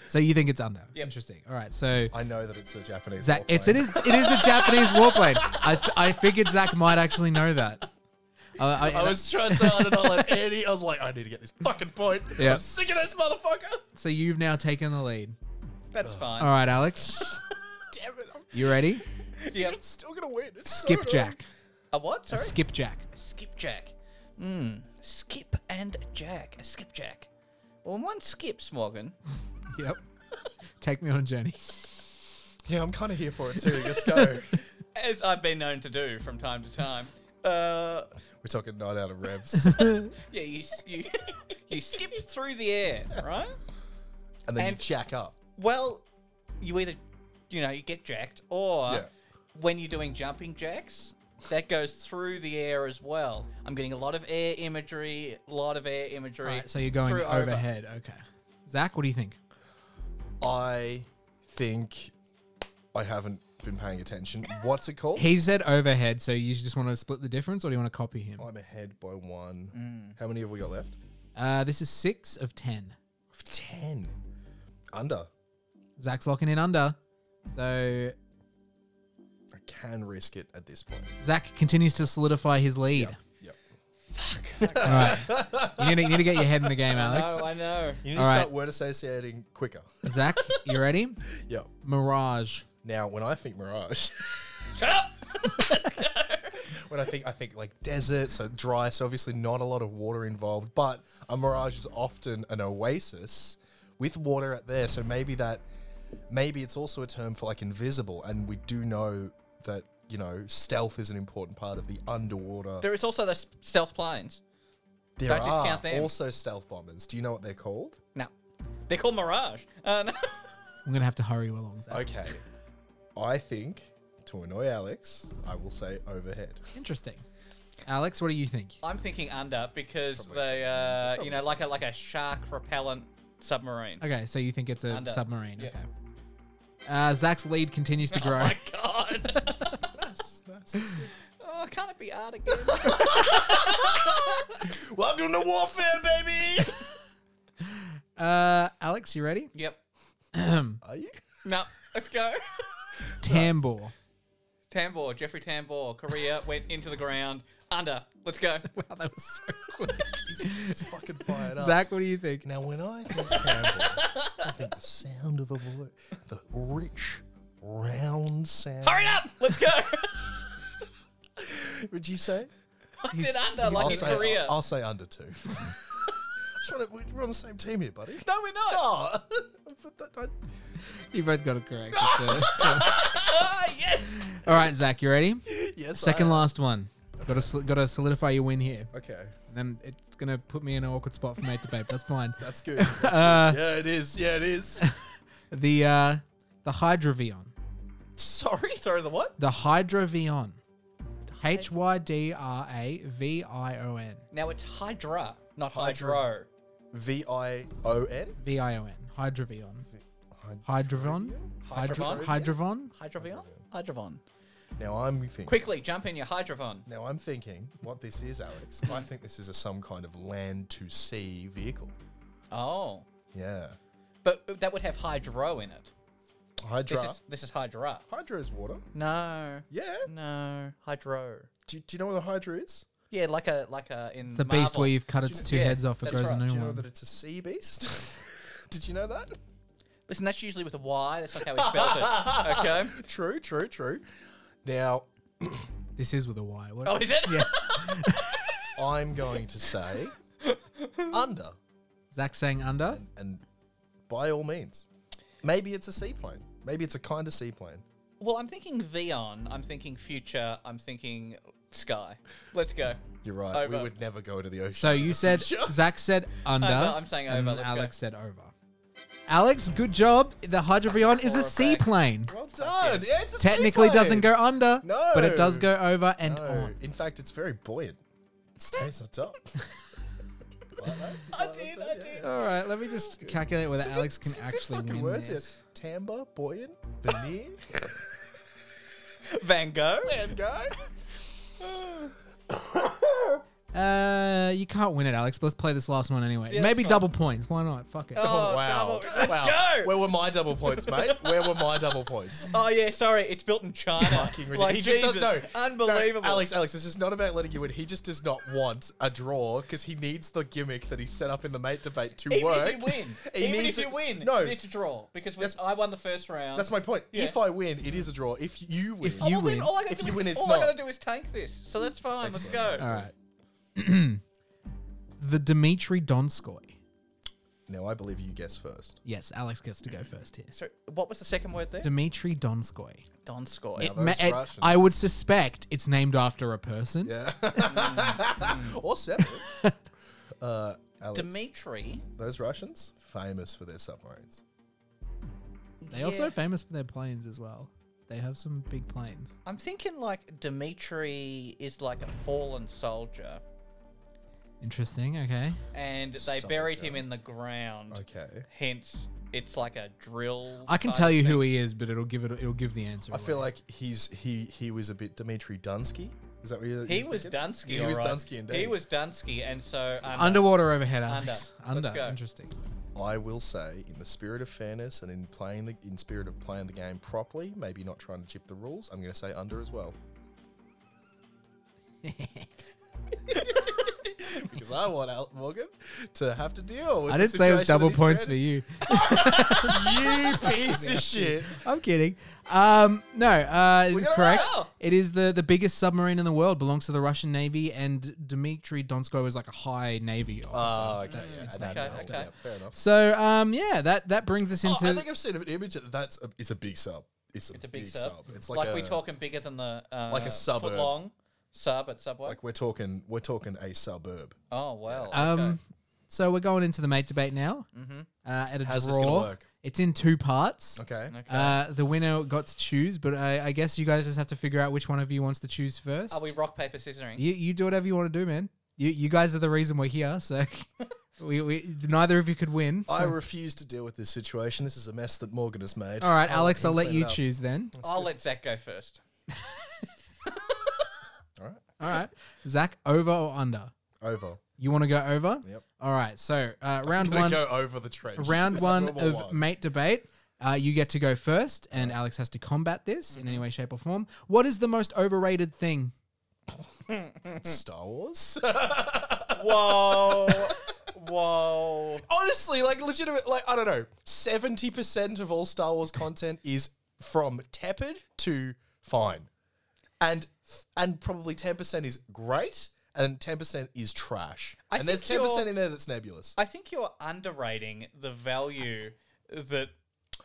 Speaker 1: So you think it's under?
Speaker 4: Yep.
Speaker 1: Interesting. All right. So
Speaker 2: I know that it's a Japanese.
Speaker 1: Zach,
Speaker 2: warplane.
Speaker 1: it's it is it is a Japanese warplane. I th- I figured Zach might actually know that. I, I-
Speaker 8: I was trying so hard to not let Andy. I was like, I need to get this fucking point.
Speaker 1: Yeah.
Speaker 8: I'm sick of this motherfucker.
Speaker 1: so you've now taken the lead.
Speaker 4: That's fine.
Speaker 1: All right, Alex.
Speaker 8: Damn it, I'm
Speaker 1: You ready?
Speaker 4: Yep.
Speaker 8: still gonna win. It's so
Speaker 1: Skipjack.
Speaker 4: A what?
Speaker 1: A
Speaker 4: Sorry.
Speaker 1: skipjack.
Speaker 4: skipjack. Mm. Skip and Jack. A skipjack. Well, one skips, Morgan.
Speaker 1: Yep. Take me on a journey.
Speaker 2: Yeah, I'm kind of here for it too.
Speaker 8: [laughs]
Speaker 2: Let's go. We're
Speaker 4: As I've been known to do from time to time. Uh,
Speaker 2: talking night out
Speaker 1: [laughs]
Speaker 2: of revs, and
Speaker 4: yeah, you s- you [laughs] you skip through the air, right?
Speaker 2: then you
Speaker 4: And-
Speaker 2: jack up.
Speaker 4: Well, you either, you know, you get jacked, or
Speaker 2: Yeah.
Speaker 4: when you're doing jumping jacks, that goes through the air as well. I'm getting a lot of air imagery, a lot of air imagery.
Speaker 1: All right. So you're going
Speaker 4: through over.
Speaker 1: overhead. Okay. Zach, what do you think?
Speaker 2: I think I haven't been paying attention. What's it called?
Speaker 1: He said overhead. So you just want to split the difference, or do you want to copy him?
Speaker 2: I'm ahead by one.
Speaker 1: Mm.
Speaker 2: How many have we got left?
Speaker 1: Uh, this is six of ten.
Speaker 2: Ten. Under.
Speaker 1: Zach's locking in under. So
Speaker 2: I can risk it at this point.
Speaker 1: Zach continues to solidify his lead.
Speaker 2: Yep.
Speaker 1: All right. You need, to, you need to get your head in the game, Alex.
Speaker 4: Oh, I know.
Speaker 2: You need
Speaker 1: All
Speaker 2: to
Speaker 1: right.
Speaker 2: start word associating quicker.
Speaker 1: Zach, you ready?
Speaker 2: Yep.
Speaker 1: Mirage.
Speaker 2: Now, when I think mirage,
Speaker 4: Shut up.
Speaker 2: [laughs] when I think I think like desert, so dry, so obviously not a lot of water involved. But a mirage is often an oasis with water out there. So maybe that, maybe it's also a term for like invisible. And we do know that you know stealth is an important part of the underwater.
Speaker 4: There is also the s- stealth planes.
Speaker 2: There
Speaker 4: don't discount them.
Speaker 2: also stealth bombers. Do you know what they're called?
Speaker 4: No, they're called Mirage. Uh, no. [laughs]
Speaker 1: I'm going to have to hurry you along, Zach.
Speaker 2: Okay, I think to annoy Alex, I will say overhead.
Speaker 1: [laughs] Interesting. Alex, what do you think?
Speaker 4: I'm thinking under because
Speaker 2: Probably
Speaker 4: they, uh, you
Speaker 2: probably
Speaker 4: know, like a like a shark repellent submarine.
Speaker 1: Okay, so you think it's a
Speaker 4: Under.
Speaker 1: submarine.
Speaker 4: Yep.
Speaker 1: Okay. Uh, Zach's lead continues to grow.
Speaker 4: [laughs] Oh my god!
Speaker 2: Nice, nice. that's good.
Speaker 4: oh, can't it be art [laughs] again?
Speaker 8: Welcome to warfare, baby.
Speaker 4: [laughs]
Speaker 1: Uh, Alex, you ready?
Speaker 4: yep.
Speaker 2: Are you?
Speaker 4: No, let's go. [laughs]
Speaker 1: Tambour.
Speaker 4: Tambor, Jeffrey Tambor, Korea went into the ground. Under. Let's go.
Speaker 1: Wow, that was so quick.
Speaker 2: He's, he's fucking fired up.
Speaker 1: [laughs] Zach, what do you think?
Speaker 2: Now, when I think tambour, I think the sound of a voice, the rich, round sound.
Speaker 4: Hurry up! Let's go.
Speaker 2: Would you say?
Speaker 4: [laughs] I did under like
Speaker 2: I'll,
Speaker 4: in
Speaker 2: say
Speaker 4: Korea.
Speaker 2: I'll, I'll say under two. [laughs] I just want to, we're on the same team here, buddy.
Speaker 4: no, we're not.
Speaker 2: [laughs] Oh, but that, I,
Speaker 1: You both got it correct. It's, uh, it's, uh,
Speaker 4: Ah, yes.
Speaker 1: All right, Zach, you ready?
Speaker 2: yes,
Speaker 1: Second
Speaker 2: I,
Speaker 1: last one. Got to got to solidify your win here.
Speaker 2: Okay,
Speaker 1: Then it's gonna put me in an awkward spot for mate debate. That's fine.
Speaker 2: that's good. That's good.
Speaker 1: Uh,
Speaker 2: Yeah, it is. Yeah,
Speaker 4: [laughs]
Speaker 2: it is.
Speaker 1: The uh, the Hydrovion.
Speaker 4: Sorry. Sorry, the what?
Speaker 1: The Hydrovion. H Y D R A V I O N.
Speaker 4: Now it's Hydra, not
Speaker 2: Hydra.
Speaker 4: Hydro.
Speaker 2: V I O N.
Speaker 1: V I O N. Hydrovion. Hydrovon. Hydro-
Speaker 4: Hydrovon?
Speaker 1: Hydrovon.
Speaker 4: Hydrovion? Hydrovon.
Speaker 2: Now I'm thinking.
Speaker 4: Quickly jump in your Hydrovon.
Speaker 2: Now I'm thinking what this is, Alex. I think this is a some kind of land to sea vehicle.
Speaker 4: Oh.
Speaker 2: Yeah.
Speaker 4: But that would have Hydro in it. This
Speaker 2: Hydra.
Speaker 4: is this is Hydra.
Speaker 2: Hydra is water.
Speaker 4: No.
Speaker 2: Yeah.
Speaker 4: No. Hydro.
Speaker 2: Do, do you know what a Hydra is?
Speaker 4: Yeah, like a like a in
Speaker 1: It's the beast
Speaker 4: Marvel.
Speaker 1: where you've cut its two
Speaker 4: yeah,
Speaker 1: heads off. It
Speaker 4: that's
Speaker 1: grows
Speaker 4: right.
Speaker 1: a
Speaker 4: Do
Speaker 1: new
Speaker 2: Do you know
Speaker 1: one.
Speaker 2: that it's a sea beast? [laughs] Did you know that?
Speaker 4: Listen, that's usually with a Y. That's not how we spelled it. Okay.
Speaker 2: True, true, true. Now,
Speaker 1: This is with a Y. What?
Speaker 4: Oh, is it? Yeah.
Speaker 2: I'm going to say
Speaker 4: [laughs]
Speaker 2: under.
Speaker 1: Zach saying under.
Speaker 2: And, and by all means, maybe it's a seaplane. Maybe it's a kind of seaplane.
Speaker 4: Well, I'm thinking Vion. I'm thinking future. I'm thinking sky. Let's go.
Speaker 2: You're right. We
Speaker 4: Over.
Speaker 2: would never go to the ocean.
Speaker 4: [laughs]
Speaker 1: So
Speaker 2: [laughs]
Speaker 1: you said Zach said under.
Speaker 4: Over, I'm saying
Speaker 1: and
Speaker 4: over, let's go.
Speaker 1: Alex said over. Alex, good job. The Hydrovion is
Speaker 4: Or
Speaker 1: a
Speaker 4: a
Speaker 1: seaplane.
Speaker 2: well done. Yeah, it's a
Speaker 1: Technically doesn't
Speaker 2: seaplane.
Speaker 1: go under,
Speaker 2: No.
Speaker 1: but it does go over and
Speaker 2: No.
Speaker 1: on.
Speaker 4: [laughs]
Speaker 2: In fact, it's very buoyant. It stays on top.
Speaker 3: I did, I did.
Speaker 1: All right, let me just calculate whether Alex can actually win this.
Speaker 3: Timbre, Boyan,
Speaker 4: [laughs]
Speaker 3: Veneer,
Speaker 4: Van Gogh.
Speaker 3: and go.
Speaker 1: Uh, you can't win it, Alex. But let's play this last one anyway. Maybe double points. Why not? Fuck it.
Speaker 4: Oh,
Speaker 2: wow.
Speaker 4: double- Let's
Speaker 2: Wow.
Speaker 4: go.
Speaker 2: Where were my double points, mate? Where were my double
Speaker 4: [laughs]
Speaker 2: points?
Speaker 4: Oh yeah, sorry, it's built in China. [laughs]
Speaker 2: Fucking ridiculous. he just doesn't know.
Speaker 4: Jesus. Unbelievable.
Speaker 2: No, Alex, Alex, this is not about letting you in. He just does not want a draw because he needs the gimmick that he set up in the mate debate to
Speaker 4: even
Speaker 2: work.
Speaker 4: if you win,
Speaker 2: [laughs] He
Speaker 4: even
Speaker 2: needs
Speaker 4: if you
Speaker 2: it-
Speaker 4: win,
Speaker 2: No.
Speaker 4: you need to draw because we-
Speaker 2: That's-
Speaker 4: I won the first round.
Speaker 2: That's my point.
Speaker 4: Yeah.
Speaker 2: If I win, it is a draw. If you win,
Speaker 1: If
Speaker 4: Oh,
Speaker 1: you
Speaker 4: well, then
Speaker 1: win.
Speaker 4: All I gotta
Speaker 2: If
Speaker 4: do
Speaker 2: you
Speaker 4: is-
Speaker 2: win, it's
Speaker 4: all I
Speaker 2: not.
Speaker 4: gotta do is tank this. So that's fine. Let's go.
Speaker 1: All right. [clears throat] the Dmitry Donskoy.
Speaker 3: Now I believe you guess first.
Speaker 1: Yes, Alex gets to go first here.
Speaker 4: So what was the second word there?
Speaker 1: Dmitry Donskoy.
Speaker 4: Donskoy.
Speaker 1: It ma-
Speaker 3: those
Speaker 1: it-
Speaker 3: Russians.
Speaker 1: I would suspect it's named after a person.
Speaker 3: Yeah. or
Speaker 1: [laughs]
Speaker 3: seven. uh, Alex,
Speaker 4: Dimitri.
Speaker 3: those Russians famous for their submarines.
Speaker 1: They also
Speaker 4: Yeah.
Speaker 1: famous for their planes as well. They have some big planes.
Speaker 4: I'm thinking like Dimitri is like a fallen soldier,
Speaker 1: Interesting. Okay.
Speaker 4: and they buried him in the ground.
Speaker 3: Okay.
Speaker 4: Hence, it's like a drill.
Speaker 1: I can
Speaker 4: type
Speaker 1: tell you
Speaker 4: thing.
Speaker 1: who he is, but it'll give it. It'll give the answer.
Speaker 3: I feel like he's he he was a bit Dmitry Dunsky. Is that what you're?
Speaker 4: He
Speaker 3: you're
Speaker 4: was
Speaker 3: thinking?
Speaker 4: Dunsky.
Speaker 3: He was
Speaker 4: alright.
Speaker 3: Dunsky indeed.
Speaker 4: He was Dunsky, and so um, under.
Speaker 1: underwater overhead.
Speaker 4: Under.
Speaker 1: Alex.
Speaker 4: Let's
Speaker 1: Under.
Speaker 4: go.
Speaker 1: Interesting.
Speaker 3: I will say, in the spirit of fairness and in playing the in spirit of playing the game properly, maybe not trying to chip the rules, I'm going to say under as
Speaker 4: [laughs]
Speaker 3: well. [laughs] because I want Al Morgan to have to deal with.
Speaker 1: I
Speaker 3: the
Speaker 1: didn't say it
Speaker 3: situation that
Speaker 1: was double
Speaker 3: he's
Speaker 1: points for
Speaker 3: created.
Speaker 1: you. [laughs]
Speaker 2: you piece of shit.
Speaker 1: I'm kidding. Um, no, uh, it is
Speaker 4: got it
Speaker 1: correct.
Speaker 4: right.
Speaker 1: It is the, the biggest submarine in the world. Belongs to the Russian Navy, and Dmitry Donskoy was like a high Navy officer.
Speaker 3: Oh, okay. yeah, I don't
Speaker 4: okay,
Speaker 3: know.
Speaker 4: okay.
Speaker 3: Yeah, fair enough.
Speaker 1: so, um, yeah, that that brings us
Speaker 3: Oh,
Speaker 1: into.
Speaker 3: I think I've seen an image that that's a, it's a big sub. It's a,
Speaker 4: It's a big, sub.
Speaker 3: It's
Speaker 4: like,
Speaker 3: like, a,
Speaker 4: we talking bigger than the uh,
Speaker 3: like a suburb.
Speaker 4: foot long sub at Subway.
Speaker 3: Like we're talking we're talking a suburb.
Speaker 4: oh wow.
Speaker 1: um,
Speaker 4: okay.
Speaker 1: so we're going into the mate debate now. Mm-hmm. Uh, at a
Speaker 3: How's
Speaker 1: draw.
Speaker 3: this gonna work?
Speaker 1: It's in two parts.
Speaker 3: Okay.
Speaker 1: Uh, the winner got to choose, but I, I guess you guys just have to figure out which one of you wants to choose first.
Speaker 4: Are we rock paper scissoring?
Speaker 1: You you do whatever you want to do, man. You you guys are the reason we're
Speaker 3: [laughs]
Speaker 1: here, so [laughs] we, we neither of you could win. so-
Speaker 3: I refuse to deal with this situation. This is a mess that Morgan has made.
Speaker 1: All right,
Speaker 3: I'll
Speaker 1: Alex,
Speaker 3: him
Speaker 1: I'll let
Speaker 3: clean
Speaker 1: you
Speaker 3: it up.
Speaker 1: choose
Speaker 3: [laughs]
Speaker 1: then.
Speaker 4: I'll let Zach go first.
Speaker 3: All right.
Speaker 1: All right, Zach, over or under?
Speaker 3: Over.
Speaker 1: You want to go over?
Speaker 3: Yep.
Speaker 1: All right, so uh, round
Speaker 2: Gonna
Speaker 1: one,
Speaker 2: go over the trench.
Speaker 1: round
Speaker 2: This is
Speaker 1: one
Speaker 2: number
Speaker 1: of
Speaker 2: one.
Speaker 1: mate debate. Uh, you get to go first, and Alex has to combat this in any way, shape, or form. What is the most overrated thing?
Speaker 3: Star Wars.
Speaker 4: Whoa. [laughs] Whoa.
Speaker 2: Honestly, like legitimate, like I don't know, seventy percent of all Star Wars content is from tepid to fine, and and probably ten percent is great, and ten percent is trash.
Speaker 4: I
Speaker 2: and there's
Speaker 4: think
Speaker 2: ten
Speaker 4: you're-
Speaker 2: percent in there that's nebulous.
Speaker 4: I think you're underrating the value that.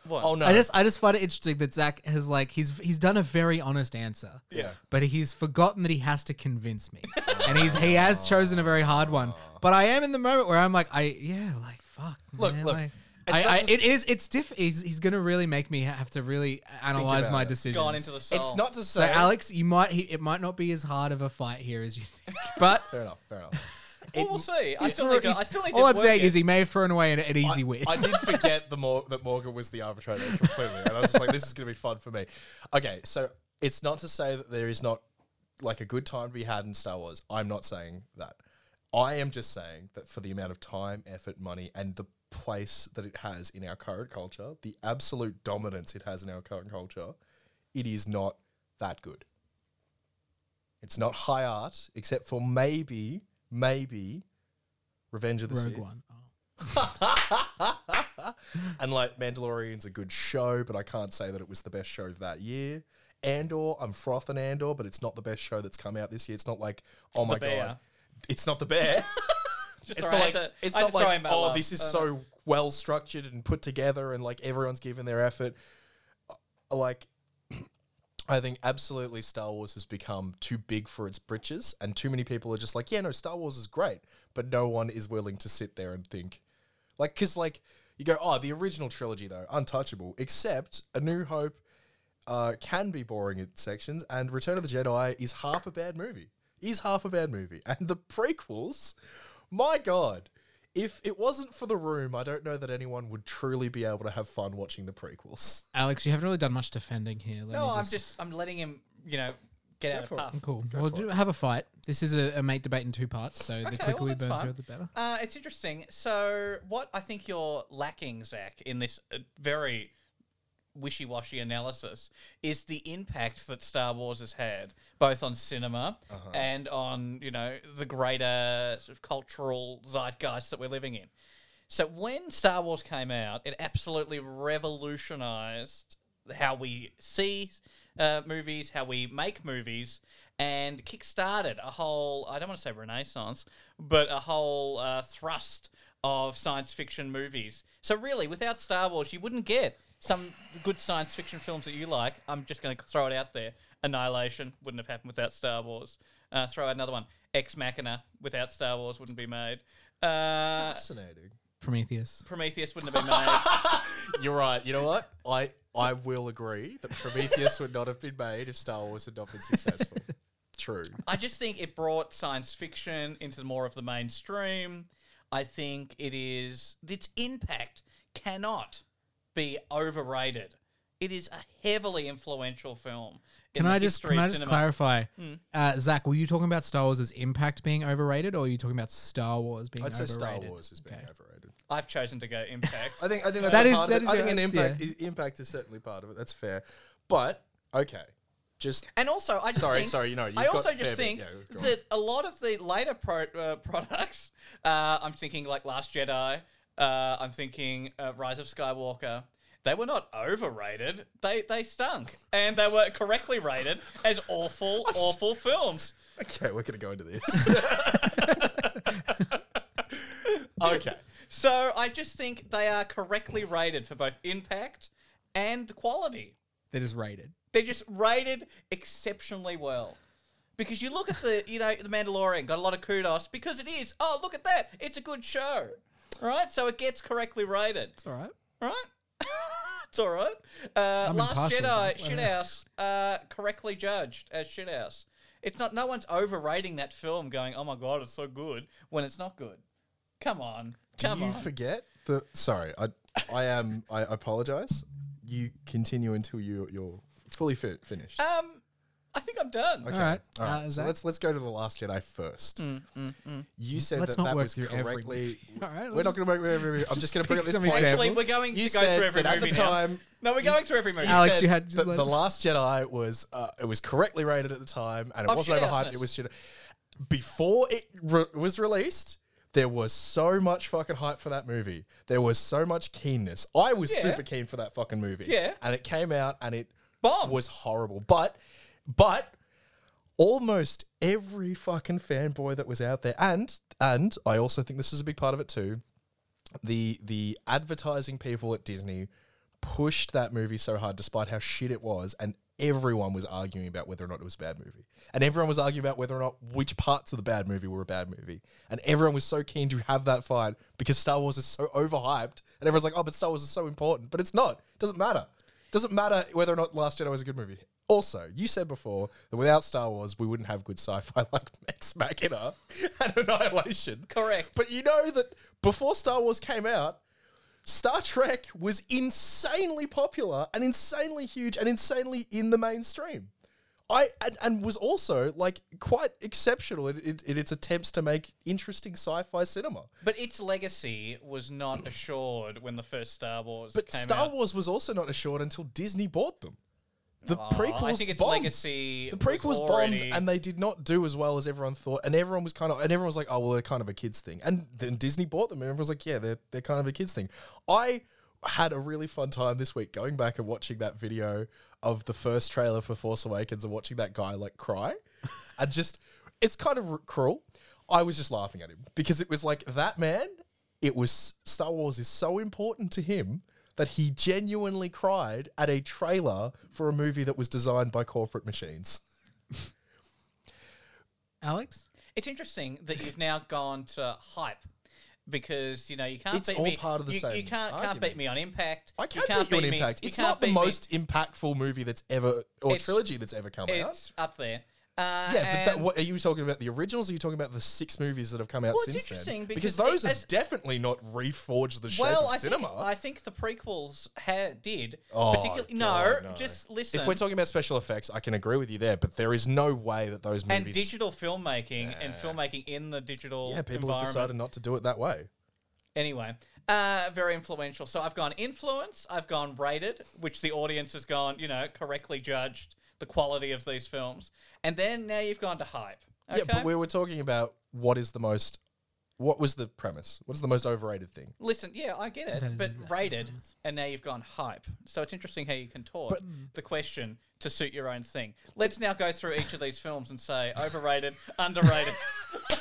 Speaker 4: What?
Speaker 2: oh no!
Speaker 1: I just I just find it interesting that Zach has like he's he's done a very honest answer.
Speaker 2: Yeah.
Speaker 1: But he's forgotten that he has to convince me. and he's he has chosen a very hard one. But I am in the moment where I'm like, I yeah, like fuck.
Speaker 2: Look,
Speaker 1: man,
Speaker 2: look,
Speaker 1: like,
Speaker 2: it's
Speaker 1: I,
Speaker 2: not
Speaker 1: I,
Speaker 2: just-
Speaker 1: it is it's diff he's, he's gonna really make me have to really analyze
Speaker 3: about
Speaker 1: my
Speaker 3: it.
Speaker 1: decisions.
Speaker 4: Gone into the soul.
Speaker 2: it's not to
Speaker 1: so
Speaker 2: say.
Speaker 1: Alex, you might he, it might not be as hard of a fight here as you think. [laughs] But
Speaker 3: fair enough. Fair enough.
Speaker 4: Well, we'll see. [laughs] I
Speaker 1: he
Speaker 4: still
Speaker 1: threw-
Speaker 4: need to.
Speaker 1: he-
Speaker 4: I still need to.
Speaker 1: all I'm
Speaker 4: work
Speaker 1: saying
Speaker 4: it.
Speaker 1: is he may have thrown away an, an easy win. [laughs]
Speaker 2: I did forget the Mor- that Morgan was the arbitrator completely, and I was just like, "This is going to be fun for me." Okay, so it's not to say that there is not like a good time to be had in Star Wars. I'm not saying that. I am just saying that for the amount of time, effort, money, and the place that it has in our current culture, the absolute dominance it has in our current culture, it is not that good. It's not high art, except for maybe, maybe, Revenge of the
Speaker 1: Rogue
Speaker 2: Sith.
Speaker 1: One. Oh.
Speaker 2: and like Mandalorian's a good show, but I can't say that it was the best show of that year. Andor, I'm frothing Andor, but it's not the best show that's come out this year. It's not like, oh my god,
Speaker 4: Bear.
Speaker 2: it's not the bear.
Speaker 4: Just sorry,
Speaker 2: it's
Speaker 4: I
Speaker 2: not like,
Speaker 4: had to-
Speaker 2: it's
Speaker 4: I had
Speaker 2: not
Speaker 4: to throw
Speaker 2: like
Speaker 4: him out
Speaker 2: oh,
Speaker 4: loud.
Speaker 2: this is
Speaker 4: Uh,
Speaker 2: so well structured and put together, and like everyone's giving their effort. Uh, Like, [clears throat] I think absolutely Star Wars has become too big for its britches, and too many people are just like, yeah, no, Star Wars is great, but no one is willing to sit there and think, like, because like you go, oh, the original trilogy though, untouchable, except A New Hope uh, can be boring at sections, and Return of the Jedi is half a bad movie. Is half a bad movie, and the prequels, my god, If it wasn't for the room, I don't know that anyone would truly be able to have fun watching the prequels.
Speaker 1: Alex, you haven't really done much defending here. Let
Speaker 4: No,
Speaker 1: me
Speaker 4: I'm just I'm letting him, you know, get out of puff.
Speaker 1: [laughs] Cool. We'll do, have a fight. This is a, a mate debate in two parts, so the
Speaker 4: Okay,
Speaker 1: quicker
Speaker 4: well,
Speaker 1: we
Speaker 4: that's
Speaker 1: burn
Speaker 4: fine.
Speaker 1: through it, the better.
Speaker 4: Uh, it's interesting. So, what I think you're lacking, Zach, in this uh, very wishy washy analysis is the impact that Star Wars has had, both on cinema
Speaker 1: Uh-huh.
Speaker 4: and on, you know, the greater sort of cultural zeitgeist that we're living in. So, when Star Wars came out, it absolutely revolutionized how we see uh, movies, how we make movies, and kickstarted a whole, I don't want to say renaissance, but a whole uh, thrust of science fiction movies. So, really, without Star Wars, you wouldn't get some good science fiction films that you like. I'm just going to throw it out there. Annihilation wouldn't have happened without Star Wars. Uh, throw out another one. Ex Machina without Star Wars wouldn't be made. Uh,
Speaker 2: Fascinating.
Speaker 1: Prometheus.
Speaker 4: Prometheus wouldn't have
Speaker 1: [laughs]
Speaker 4: been made.
Speaker 2: You're right. You know what? I I will agree that Prometheus would not have been made if Star Wars had not been successful. True.
Speaker 4: I just think it brought science fiction into more of the mainstream. I think it is its impact cannot be overrated. It is a heavily influential film. in
Speaker 1: Can
Speaker 4: the
Speaker 1: I just
Speaker 4: history
Speaker 1: can I
Speaker 4: of
Speaker 1: just
Speaker 4: cinema. Hmm.
Speaker 1: clarify, uh, Zach? Were you talking about Star Wars' impact being overrated, or are you talking about Star Wars being
Speaker 2: I'd say
Speaker 1: overrated?
Speaker 2: Star Wars is being overrated.
Speaker 4: I've chosen to go
Speaker 1: [laughs]
Speaker 4: impact.
Speaker 2: I think I think that's
Speaker 1: That
Speaker 2: a
Speaker 1: is-
Speaker 2: part
Speaker 1: that
Speaker 2: of it.
Speaker 1: is
Speaker 2: I think
Speaker 1: a-
Speaker 2: an impact
Speaker 1: yeah.
Speaker 2: is, impact is certainly part of it. That's fair. But okay, just
Speaker 4: And also, I just
Speaker 2: Sorry,
Speaker 4: think,
Speaker 2: sorry, you know, you've
Speaker 4: I
Speaker 2: got
Speaker 4: also
Speaker 2: fair
Speaker 4: just
Speaker 2: bit-
Speaker 4: think
Speaker 2: yeah, go on.
Speaker 4: that a lot of the later pro, uh, [laughs] products, uh, I'm thinking like Last Jedi, uh, I'm thinking uh, Rise of Skywalker. They were not overrated. They they stunk, and they were correctly rated as
Speaker 2: [laughs]
Speaker 4: awful, awful films.
Speaker 2: okay, we're gonna go into this. okay,
Speaker 4: So I just think they are correctly rated for both impact and quality.
Speaker 1: That is rated.
Speaker 4: They're just rated exceptionally well. Because you look at the, you know, The Mandalorian got a lot of kudos because it is, oh, look at that. It's a good show. Right? So it gets correctly rated.
Speaker 1: All right.
Speaker 4: Right? [laughs] it's all right. Uh,
Speaker 1: I'm
Speaker 4: Last
Speaker 1: impartial,
Speaker 4: Jedi,
Speaker 1: but
Speaker 4: Shithouse, uh, correctly judged as Shithouse. It's not, no one's overrating that film going, oh my God, it's so good when it's not good. Come on. Come
Speaker 2: you
Speaker 4: on.
Speaker 2: forget the. Sorry, I I am. I apologize. You continue until you you're fully fi- finished.
Speaker 4: um, I think I'm done.
Speaker 1: All right.
Speaker 2: All right,
Speaker 1: Uh,
Speaker 2: so
Speaker 1: Zach,
Speaker 2: let's let's go to the Last Jedi first.
Speaker 4: Mm,
Speaker 2: You said
Speaker 1: Let's
Speaker 2: that
Speaker 1: not
Speaker 2: that
Speaker 1: work
Speaker 2: was
Speaker 1: through every [laughs]
Speaker 2: correctly.
Speaker 1: movie. All right,
Speaker 2: we're
Speaker 1: let's
Speaker 2: not going to work through every. movie. I'm just going to bring up
Speaker 1: pick
Speaker 2: this
Speaker 1: some
Speaker 2: point.
Speaker 4: Actually,
Speaker 1: examples.
Speaker 4: we're going
Speaker 2: You
Speaker 4: to go through
Speaker 2: said
Speaker 4: every
Speaker 2: that at
Speaker 4: movie
Speaker 2: the
Speaker 4: now.
Speaker 2: time-
Speaker 4: No, we're going through every movie.
Speaker 1: Alex,
Speaker 2: said
Speaker 1: you had just
Speaker 2: that
Speaker 1: let-
Speaker 2: the Last Jedi was uh, it was correctly rated at the time, and it
Speaker 4: Oh,
Speaker 2: wasn't
Speaker 4: shit,
Speaker 2: overhyped.
Speaker 4: yes.
Speaker 2: It was shit. Before it re- was released, there was so much fucking hype for that movie. There was so much keenness. I was
Speaker 4: Yeah.
Speaker 2: super keen for that fucking movie.
Speaker 4: Yeah.
Speaker 2: and it came out and it
Speaker 4: Bombed.
Speaker 2: was horrible. But, but almost every fucking fanboy that was out there, and and I also think this is a big part of it too. The the advertising people at Disney pushed that movie so hard, despite how shit it was, and everyone was arguing about whether or not it was a bad movie, and everyone was arguing about whether or not which parts of the bad movie were a bad movie, and everyone was so keen to have that fight because Star Wars is so overhyped, and everyone's like, oh, but Star Wars is so important, but it's not. It doesn't matter. Doesn't matter whether or not Last Jedi was a good movie. Also, you said before that without Star Wars, we wouldn't have good sci-fi [laughs] like Max Machina and Annihilation.
Speaker 4: Correct.
Speaker 2: But you know that before Star Wars came out, Star Trek was insanely popular and insanely huge and insanely in the mainstream. I and, and was also like quite exceptional in, in, in its attempts to make interesting sci-fi cinema.
Speaker 4: But its legacy was not assured when the first Star Wars
Speaker 2: But
Speaker 4: came
Speaker 2: Star
Speaker 4: out.
Speaker 2: Wars was also not assured until Disney bought them. The
Speaker 4: Oh,
Speaker 2: prequels
Speaker 4: I think its
Speaker 2: bombed.
Speaker 4: legacy.
Speaker 2: The prequels
Speaker 4: was
Speaker 2: bombed,
Speaker 4: already-
Speaker 2: and they did not do as well as everyone thought. And everyone was kind of, and everyone was like, "Oh, well, they're kind of a kids thing." And then Disney bought them, and everyone was like, "Yeah, they're they're kind of a kids thing." I had a really fun time this week going back and watching that video of the first trailer for Force Awakens and watching that guy like cry, and just it's kind of r- cruel. I was just laughing at him because it was like that man. It was Star Wars is so important to him that he genuinely cried at a trailer for a movie that was designed by corporate machines.
Speaker 1: Alex.
Speaker 4: It's interesting that you've now gone to hype because you know you can't.
Speaker 2: It's
Speaker 4: beat
Speaker 2: all
Speaker 4: me.
Speaker 2: part of the
Speaker 4: you, You
Speaker 2: same
Speaker 4: can't can't beat
Speaker 2: argument.
Speaker 4: me on impact.
Speaker 2: I
Speaker 4: You
Speaker 2: can't,
Speaker 4: can't
Speaker 2: beat you on
Speaker 4: me-
Speaker 2: impact.
Speaker 4: you
Speaker 2: it's
Speaker 4: can't
Speaker 2: not the
Speaker 4: beat me-
Speaker 2: most impactful movie that's ever or
Speaker 4: It's-
Speaker 2: trilogy that's ever come out.
Speaker 4: It's up there. Uh,
Speaker 2: Yeah, but that,
Speaker 4: and-
Speaker 2: what, are you talking about the originals? Or are you talking about the six movies that have come out
Speaker 4: Well, it's
Speaker 2: since
Speaker 4: interesting
Speaker 2: then?
Speaker 4: because
Speaker 2: those
Speaker 4: it-
Speaker 2: have
Speaker 4: as-
Speaker 2: definitely not reforged the shape
Speaker 4: well,
Speaker 2: of
Speaker 4: I
Speaker 2: cinema.
Speaker 4: think I think the prequels ha- did.
Speaker 2: Oh,
Speaker 4: particularly, no,
Speaker 2: God, no.
Speaker 4: just listen.
Speaker 2: if we're talking about special effects, I can agree with you there, but there is no way that those movies
Speaker 4: and digital filmmaking and filmmaking in the digital
Speaker 2: Yeah, people have
Speaker 4: environment.
Speaker 2: decided not to do it that way.
Speaker 4: Anyway, uh, very influential. So I've gone influence, I've gone rated, which the audience has gone, you know, correctly judged the quality of these films. And then now you've gone to hype. Okay?
Speaker 2: Yeah, but we were talking about what is the most what was the premise? What is the most overrated thing?
Speaker 4: Listen, yeah, I get
Speaker 1: That
Speaker 4: it,
Speaker 1: is
Speaker 4: but
Speaker 1: exactly
Speaker 4: rated,
Speaker 1: what it is.
Speaker 4: and now you've gone hype. So it's interesting how you contort the question to suit your own thing. Let's now go through each of these films and say
Speaker 1: [laughs]
Speaker 4: overrated, underrated.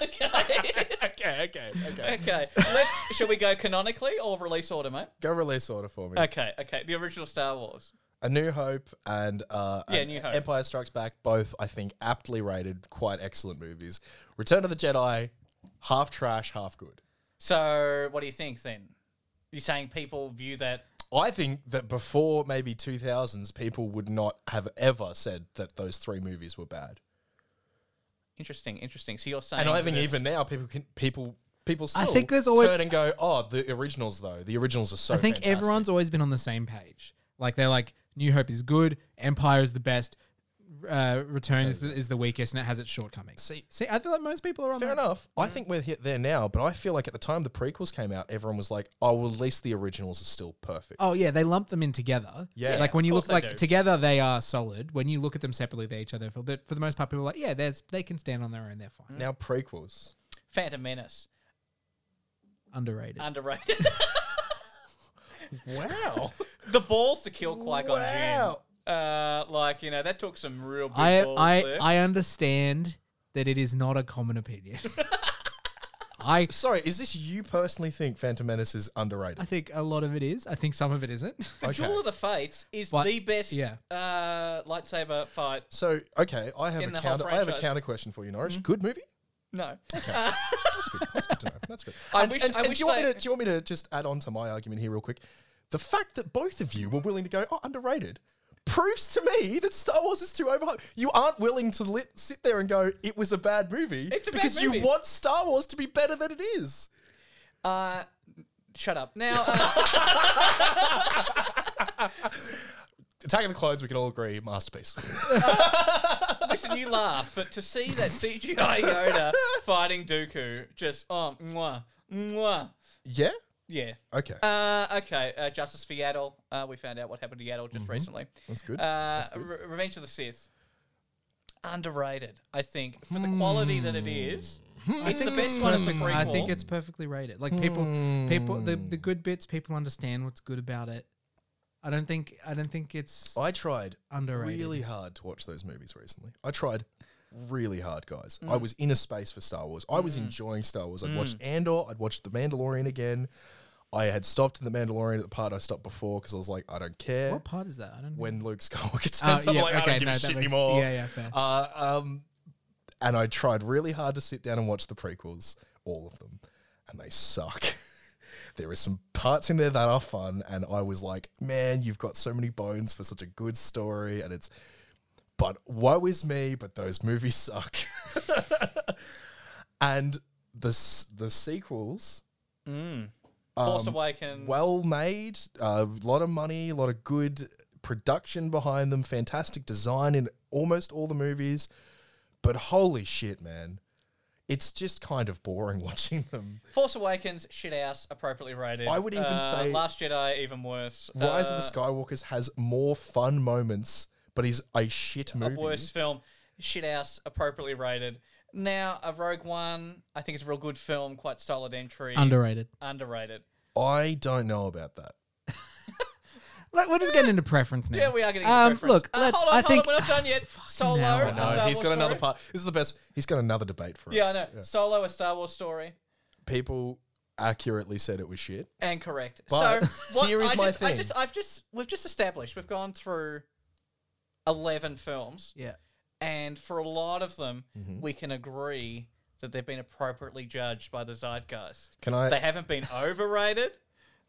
Speaker 4: okay, [laughs]
Speaker 2: Okay, okay, okay.
Speaker 4: okay. Let's. Shall we go canonically or release order, mate?
Speaker 2: Go release order for me.
Speaker 4: Okay, okay. The original Star Wars.
Speaker 2: A New Hope and uh,
Speaker 4: Yeah,
Speaker 2: and
Speaker 4: New Hope.
Speaker 2: Empire Strikes Back, both I think aptly rated, quite excellent movies. Return of the Jedi, half trash, half good.
Speaker 4: So, what do you think then? You're saying people view that.
Speaker 2: I think that before maybe 2000s, people would not have ever said that those three movies were bad.
Speaker 4: Interesting, interesting. So you're saying,
Speaker 2: And I think
Speaker 4: that
Speaker 2: even now, people can people people still
Speaker 1: I think there's always-
Speaker 2: turn and go, oh, the originals though. The originals are so.
Speaker 1: I think
Speaker 2: fantastic."
Speaker 1: everyone's always been on the same page. Like they're like, New Hope is good, Empire is the best, uh, Return is the, is the weakest, and it has its shortcomings.
Speaker 2: See-
Speaker 1: see, I feel like most people are on
Speaker 2: Fair
Speaker 1: that.
Speaker 2: enough. I think we're hit there now, but I feel like at the time the prequels came out, everyone was like, "Oh, well, at least the originals are still perfect."
Speaker 1: Oh yeah, they lump them in together.
Speaker 2: Yeah.
Speaker 1: like when
Speaker 4: Yeah,
Speaker 1: you
Speaker 4: of
Speaker 1: look
Speaker 4: course they
Speaker 1: like
Speaker 4: do.
Speaker 1: together, they are solid. When you look at them separately, they each other. feel- But for the most part, people are like, yeah, there's they can stand on their own. They're fine.
Speaker 2: Now prequels.
Speaker 4: Phantom Menace Mm.
Speaker 1: Underrated.
Speaker 4: underrated. [laughs]
Speaker 2: Wow.
Speaker 4: the balls to kill Qui Gon
Speaker 2: wow.
Speaker 4: Uh, like you know, that took some real big
Speaker 1: I
Speaker 4: balls
Speaker 1: I
Speaker 4: there.
Speaker 1: I understand that it is not a common
Speaker 4: [laughs]
Speaker 1: opinion. I
Speaker 2: Sorry, is this you personally think Phantom Menace is
Speaker 1: I
Speaker 2: underrated?
Speaker 1: think a lot of it is. I think some of it isn't. [laughs]
Speaker 4: Duel of the Fates is
Speaker 1: But-
Speaker 4: the best
Speaker 1: yeah.
Speaker 4: uh, lightsaber fight.
Speaker 2: So, okay, I have
Speaker 4: In
Speaker 2: a
Speaker 4: the whole
Speaker 2: counter. I have a
Speaker 4: franchise. Mm-hmm.
Speaker 2: counter question for you, Norris.
Speaker 4: [laughs]
Speaker 2: Good movie.
Speaker 1: [laughs]
Speaker 4: No,
Speaker 2: That's good. That's good to know. That's good.
Speaker 4: I
Speaker 2: And-
Speaker 4: wish-
Speaker 2: and-
Speaker 4: I
Speaker 2: and
Speaker 4: wish
Speaker 2: do you want me
Speaker 4: they-
Speaker 2: to? Do you want me to just add on to my argument here, real quick? The fact that both of you were willing to go, oh, underrated, proves to me that Star Wars is too overhyped. You aren't willing to lit, sit there and go, it was a bad movie,
Speaker 4: It's a bad
Speaker 2: because
Speaker 4: movie.
Speaker 2: you want Star Wars to be better than it is.
Speaker 4: uh, shut up. Now, uh,
Speaker 2: Attack of the Clones, we can all agree, masterpiece.
Speaker 4: listen, you laugh, but to see that CGI Yoda
Speaker 2: [laughs]
Speaker 4: fighting Dooku, just oh, mwah, mwah,
Speaker 2: yeah.
Speaker 4: yeah.
Speaker 2: Okay.
Speaker 4: Uh, okay, uh, Justice for Yaddle. Uh, we found out what happened to Yaddle just recently.
Speaker 2: Mm-hmm. That's good.
Speaker 4: Uh, Re- Revenge of the Sith. Underrated, I think, for the quality that it is.
Speaker 2: Hmm.
Speaker 4: It's the best one of the prequel.
Speaker 1: I think it's perfectly rated. Like people, people, the,
Speaker 4: Hmm.
Speaker 1: the good bits, people understand what's good about it. I don't think, I don't think it's
Speaker 2: I tried
Speaker 1: underrated.
Speaker 2: really hard to watch those movies recently. I tried really hard, guys.
Speaker 1: Mm.
Speaker 2: I was in a space for Star Wars. I was enjoying Star Wars. I'd watched Andor. I'd watched The Mandalorian again. I had stopped in The Mandalorian at the part I stopped before because I was like, I don't care.
Speaker 1: What part is that? I don't.
Speaker 2: When Luke Skywalker [laughs]
Speaker 4: [laughs]
Speaker 2: turns
Speaker 1: Oh,
Speaker 2: up, I'm
Speaker 1: yeah,
Speaker 2: like, I
Speaker 1: okay,
Speaker 2: don't give
Speaker 1: no,
Speaker 2: a
Speaker 1: that
Speaker 2: shit
Speaker 1: makes-
Speaker 2: anymore.
Speaker 1: yeah, yeah, fair.
Speaker 2: Uh, um, and I tried really hard to sit down and watch the prequels, all of them, and they suck. [laughs] there are some parts in there that are fun, and I was like, man, you've got so many bones for such a good story, and it's. But woe is me, but those movies [laughs] suck. and the s- the sequels,
Speaker 4: Force Awakens.
Speaker 2: um, well made, a lot of money, a lot of good production behind them, fantastic design in almost all the movies. But holy shit, man. It's just kind of boring [laughs] watching them.
Speaker 4: Force Awakens, shit ass, appropriately rated.
Speaker 2: I would even
Speaker 4: Uh,
Speaker 2: say-
Speaker 4: Last Jedi, even worse.
Speaker 2: Rise
Speaker 4: Uh,
Speaker 2: of the Skywalkers has more fun moments, but is a shit movie.
Speaker 4: Worst film, shit ass, appropriately rated. Now, a Rogue One, I think it's a real good film, quite solid entry.
Speaker 1: underrated.
Speaker 4: Underrated.
Speaker 2: I don't know about that.
Speaker 1: Like we're just getting into preference now.
Speaker 4: Yeah, we are getting into
Speaker 1: Um,
Speaker 4: preference.
Speaker 1: Look,
Speaker 4: Uh,
Speaker 1: let's.
Speaker 4: hold on,
Speaker 1: I
Speaker 4: hold
Speaker 1: think.
Speaker 4: on, we're not
Speaker 1: [sighs]
Speaker 4: done yet. Solo.
Speaker 1: hell, I
Speaker 4: a
Speaker 1: know.
Speaker 2: No,
Speaker 4: Star
Speaker 2: he's
Speaker 4: Wars
Speaker 2: got another
Speaker 4: story.
Speaker 2: part. This is the best. He's got another debate for
Speaker 4: Yeah, I
Speaker 2: us.
Speaker 4: know. Solo, a Star Wars story.
Speaker 2: People accurately said it was shit.
Speaker 4: and correct.
Speaker 2: But
Speaker 1: [laughs]
Speaker 4: so what,
Speaker 2: here is
Speaker 4: I
Speaker 2: my
Speaker 4: just, I
Speaker 2: thing.
Speaker 4: just, I've just, we've just established we've gone through eleven films,
Speaker 1: yeah.
Speaker 4: and for a lot of them,
Speaker 1: Mm-hmm.
Speaker 4: we can agree that they've been appropriately judged by the zeitgeist.
Speaker 2: Can I?
Speaker 4: They haven't been overrated.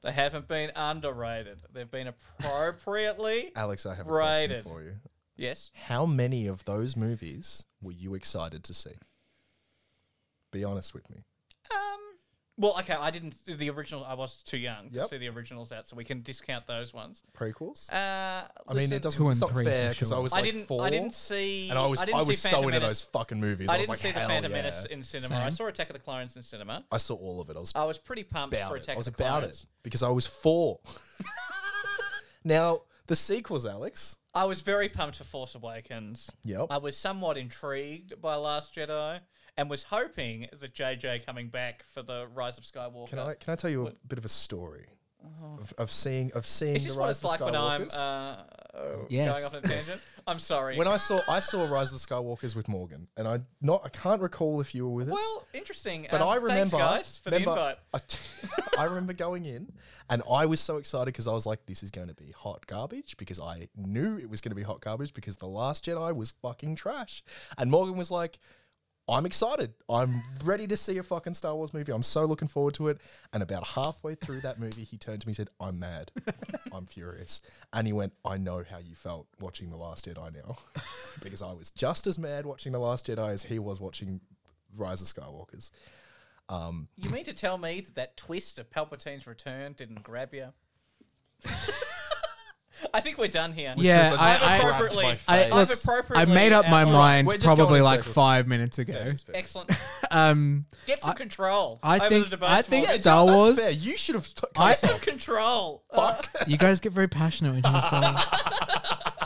Speaker 4: They haven't been underrated. They've been appropriately.
Speaker 1: [laughs]
Speaker 2: Alex, I have a
Speaker 4: Rated.
Speaker 2: question for you.
Speaker 4: Yes.
Speaker 2: How many of those movies were you excited to see? Be honest with me.
Speaker 4: Um. Well, okay. I didn't the original. I was too young to
Speaker 2: Yep.
Speaker 4: see the originals out, so we can discount those ones.
Speaker 2: Prequels?
Speaker 4: Uh,
Speaker 2: I mean,
Speaker 4: listen,
Speaker 2: it doesn't.
Speaker 1: Two
Speaker 2: It's
Speaker 1: and
Speaker 2: not
Speaker 1: three for
Speaker 2: fair because I
Speaker 1: sure.
Speaker 2: was
Speaker 4: I
Speaker 2: like
Speaker 4: didn't.
Speaker 2: four,
Speaker 4: I didn't see.
Speaker 2: and I was I,
Speaker 4: didn't see
Speaker 2: was so
Speaker 4: Phantom
Speaker 2: into
Speaker 4: Menace.
Speaker 2: those fucking movies.
Speaker 4: I
Speaker 2: was
Speaker 4: didn't
Speaker 2: like,
Speaker 4: see the
Speaker 2: "Hell
Speaker 4: Phantom
Speaker 2: yeah."
Speaker 4: Menace in cinema. I
Speaker 1: Same.
Speaker 4: saw Attack of the Clones in cinema.
Speaker 2: I saw all of it. I was
Speaker 4: I was pretty pumped
Speaker 2: about
Speaker 4: for
Speaker 2: it.
Speaker 4: Attack
Speaker 2: I was
Speaker 4: of the
Speaker 2: about
Speaker 4: Clones.
Speaker 2: it because I was four. [laughs] now the sequels, Alex.
Speaker 4: I was very pumped for Force Awakens.
Speaker 2: Yep.
Speaker 4: I was somewhat intrigued by Last Jedi and was hoping that JJ coming back for the Rise of Skywalker.
Speaker 2: Can I can I tell you a bit of a story of, of seeing of seeing
Speaker 4: Is
Speaker 2: the
Speaker 4: this what
Speaker 2: rise of
Speaker 4: Uh-huh. it's
Speaker 2: the
Speaker 4: like when I'm
Speaker 2: Skywalkers?
Speaker 4: uh, uh, going
Speaker 1: Yes.
Speaker 4: off on a tangent? I'm sorry.
Speaker 2: when I saw I saw Rise of the Skywalkers with Morgan, and I not I can't recall if you were with us.
Speaker 4: well, interesting.
Speaker 2: But
Speaker 4: um,
Speaker 2: I remember,
Speaker 4: thanks, guys, for
Speaker 2: remember
Speaker 4: the invite.
Speaker 2: I, t- [laughs] I remember going in, and I was so excited because I was like, "This is going to be hot garbage," because I knew it was going to be hot garbage because the Last Jedi was fucking trash. And Morgan was like, "I'm excited. I'm ready to see a fucking Star Wars movie. I'm so looking forward to it." And about halfway through that movie, he turned to me and said,
Speaker 4: [laughs]
Speaker 2: "I'm mad. I'm furious." And he went, "I know how you felt watching the Last Jedi
Speaker 4: [laughs]
Speaker 2: now, because I was just as mad watching the Last Jedi as he was watching." Rise of Skywalkers.
Speaker 4: You mean to tell me that that twist of Palpatine's return didn't grab you? [laughs] I think we're done here.
Speaker 1: Yeah,
Speaker 2: Listeners,
Speaker 1: I-
Speaker 4: I've
Speaker 1: I-
Speaker 4: appropriately,
Speaker 1: I,
Speaker 4: I've
Speaker 1: let's-
Speaker 4: appropriately.
Speaker 1: I made up my
Speaker 4: outlined-
Speaker 1: mind
Speaker 2: we're just going
Speaker 1: probably
Speaker 2: in
Speaker 1: like
Speaker 2: circles.
Speaker 1: five minutes ago.
Speaker 2: Fair.
Speaker 4: Excellent.
Speaker 1: Um,
Speaker 4: Get some control.
Speaker 1: [laughs] I
Speaker 4: over
Speaker 1: think-
Speaker 4: the debate
Speaker 1: I think
Speaker 4: tomorrow.
Speaker 1: Star
Speaker 2: That's
Speaker 1: Wars.
Speaker 2: fair. You should have. T-
Speaker 1: I-
Speaker 2: I,
Speaker 4: Get some control. Fuck.
Speaker 1: you guys get very passionate when you talk Star Wars.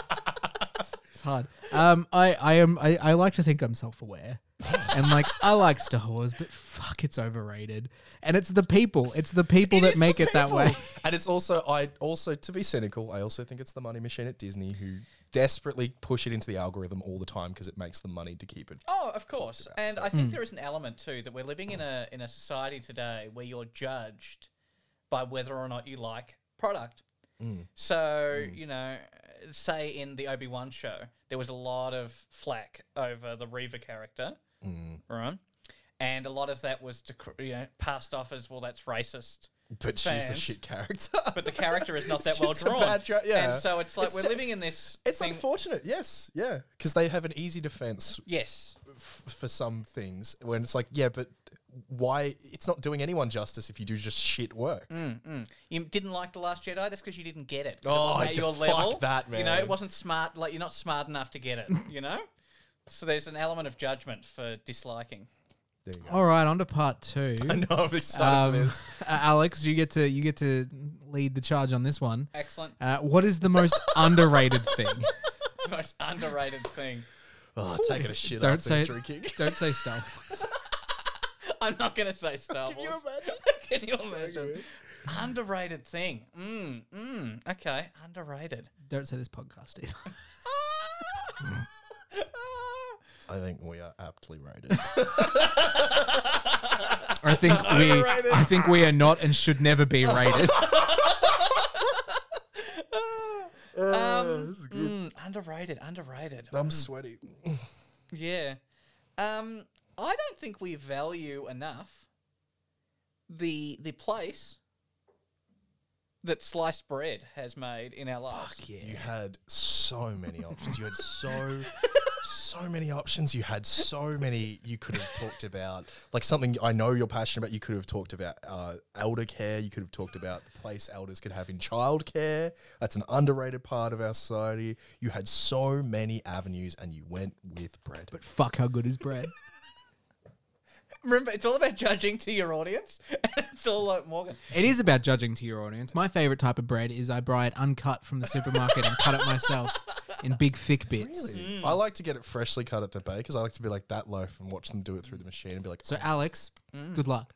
Speaker 1: It's hard. Um, I, I am. I, I like to think I'm self-aware, and like I like Star Wars, but fuck, it's overrated. And it's the people. It's the people that make it that way.
Speaker 2: [laughs] And it's also I also to be cynical, I also think it's the money machine at Disney who desperately push it into the algorithm all the time because it makes them money to keep it.
Speaker 4: Oh, of course. And I think there is an element too that we're living
Speaker 2: Hmm.
Speaker 4: in a in a society today where you're judged by whether or not you like product.
Speaker 2: Hmm.
Speaker 4: So you know, say in the Obi wan show, there was a lot of flack over the Reaver character,
Speaker 2: Hmm.
Speaker 4: right? And a lot of that was to, cr- you know passed off as well. That's racist.
Speaker 2: But she's a
Speaker 4: fans.
Speaker 2: shit character.
Speaker 4: But the character is not that
Speaker 2: It's
Speaker 4: well
Speaker 2: just a
Speaker 4: drawn.
Speaker 2: bad dra- yeah.
Speaker 4: And so it's like
Speaker 2: It's
Speaker 4: we're
Speaker 2: t-
Speaker 4: living in this.
Speaker 2: [laughs] it's
Speaker 4: thing-
Speaker 2: unfortunate, yes, yeah, because they have an easy defense
Speaker 4: Yes.
Speaker 2: f- for some things when it's like, yeah, but why? It's not doing anyone justice if you do just shit work.
Speaker 1: Mm.
Speaker 4: You didn't like The Last Jedi? That's because you didn't get it.
Speaker 2: Oh,
Speaker 4: It wasn't
Speaker 2: I
Speaker 4: at your
Speaker 2: def-
Speaker 4: level.
Speaker 2: fuck that,
Speaker 4: You know, it
Speaker 2: man.
Speaker 4: wasn't smart. Like you're not smart enough to get it. You know, so there's an element of judgment for disliking.
Speaker 2: There you go. [laughs]
Speaker 1: All right, on to part two.
Speaker 2: I know I'm excited for
Speaker 1: Um,
Speaker 2: this.
Speaker 1: Alex, you get to you get to lead the charge on this one.
Speaker 4: Excellent.
Speaker 1: Uh, what is the most underrated [laughs] thing?
Speaker 4: It's the most underrated thing.
Speaker 2: Oh, taking a shit
Speaker 1: Don't
Speaker 2: after
Speaker 1: say [laughs]
Speaker 2: drinking.
Speaker 1: don't say Star Wars.
Speaker 4: I'm not going to say Star
Speaker 2: Can you
Speaker 4: Wars.
Speaker 2: imagine?
Speaker 1: [laughs]
Speaker 4: [laughs] Can you imagine? Underrated thing. Mm, mm, okay, underrated.
Speaker 1: Don't say this podcast [laughs] either.
Speaker 4: Ah!
Speaker 2: [laughs] I think we are aptly rated.
Speaker 1: I think we I think we are not and should never be rated.
Speaker 4: Um, mm, underrated, underrated.
Speaker 2: [laughs] I'm sweaty.
Speaker 4: Yeah. Um, I don't think we value enough the the place that sliced bread has made in our lives.
Speaker 2: You had so many options. You had so so many options. You had so many you could have talked about. Like something I know you're passionate about. You could have talked about uh, elder care. You could have talked about the place elders could have in childcare. That's an underrated part of our society. You had so many avenues, and you went with bread.
Speaker 1: But fuck, how good is
Speaker 2: [laughs]
Speaker 1: bread?
Speaker 4: Remember, it's all about judging to your audience. [laughs] it's all like Morgan.
Speaker 1: It is about judging to your audience. My favorite type of bread is I buy it uncut from the supermarket and cut it myself in big thick bits.
Speaker 2: I like to get it freshly cut at the baker's. I like to be like that loaf and watch them do it through the machine and be like,
Speaker 1: So Alex,
Speaker 2: Mm.
Speaker 1: good luck.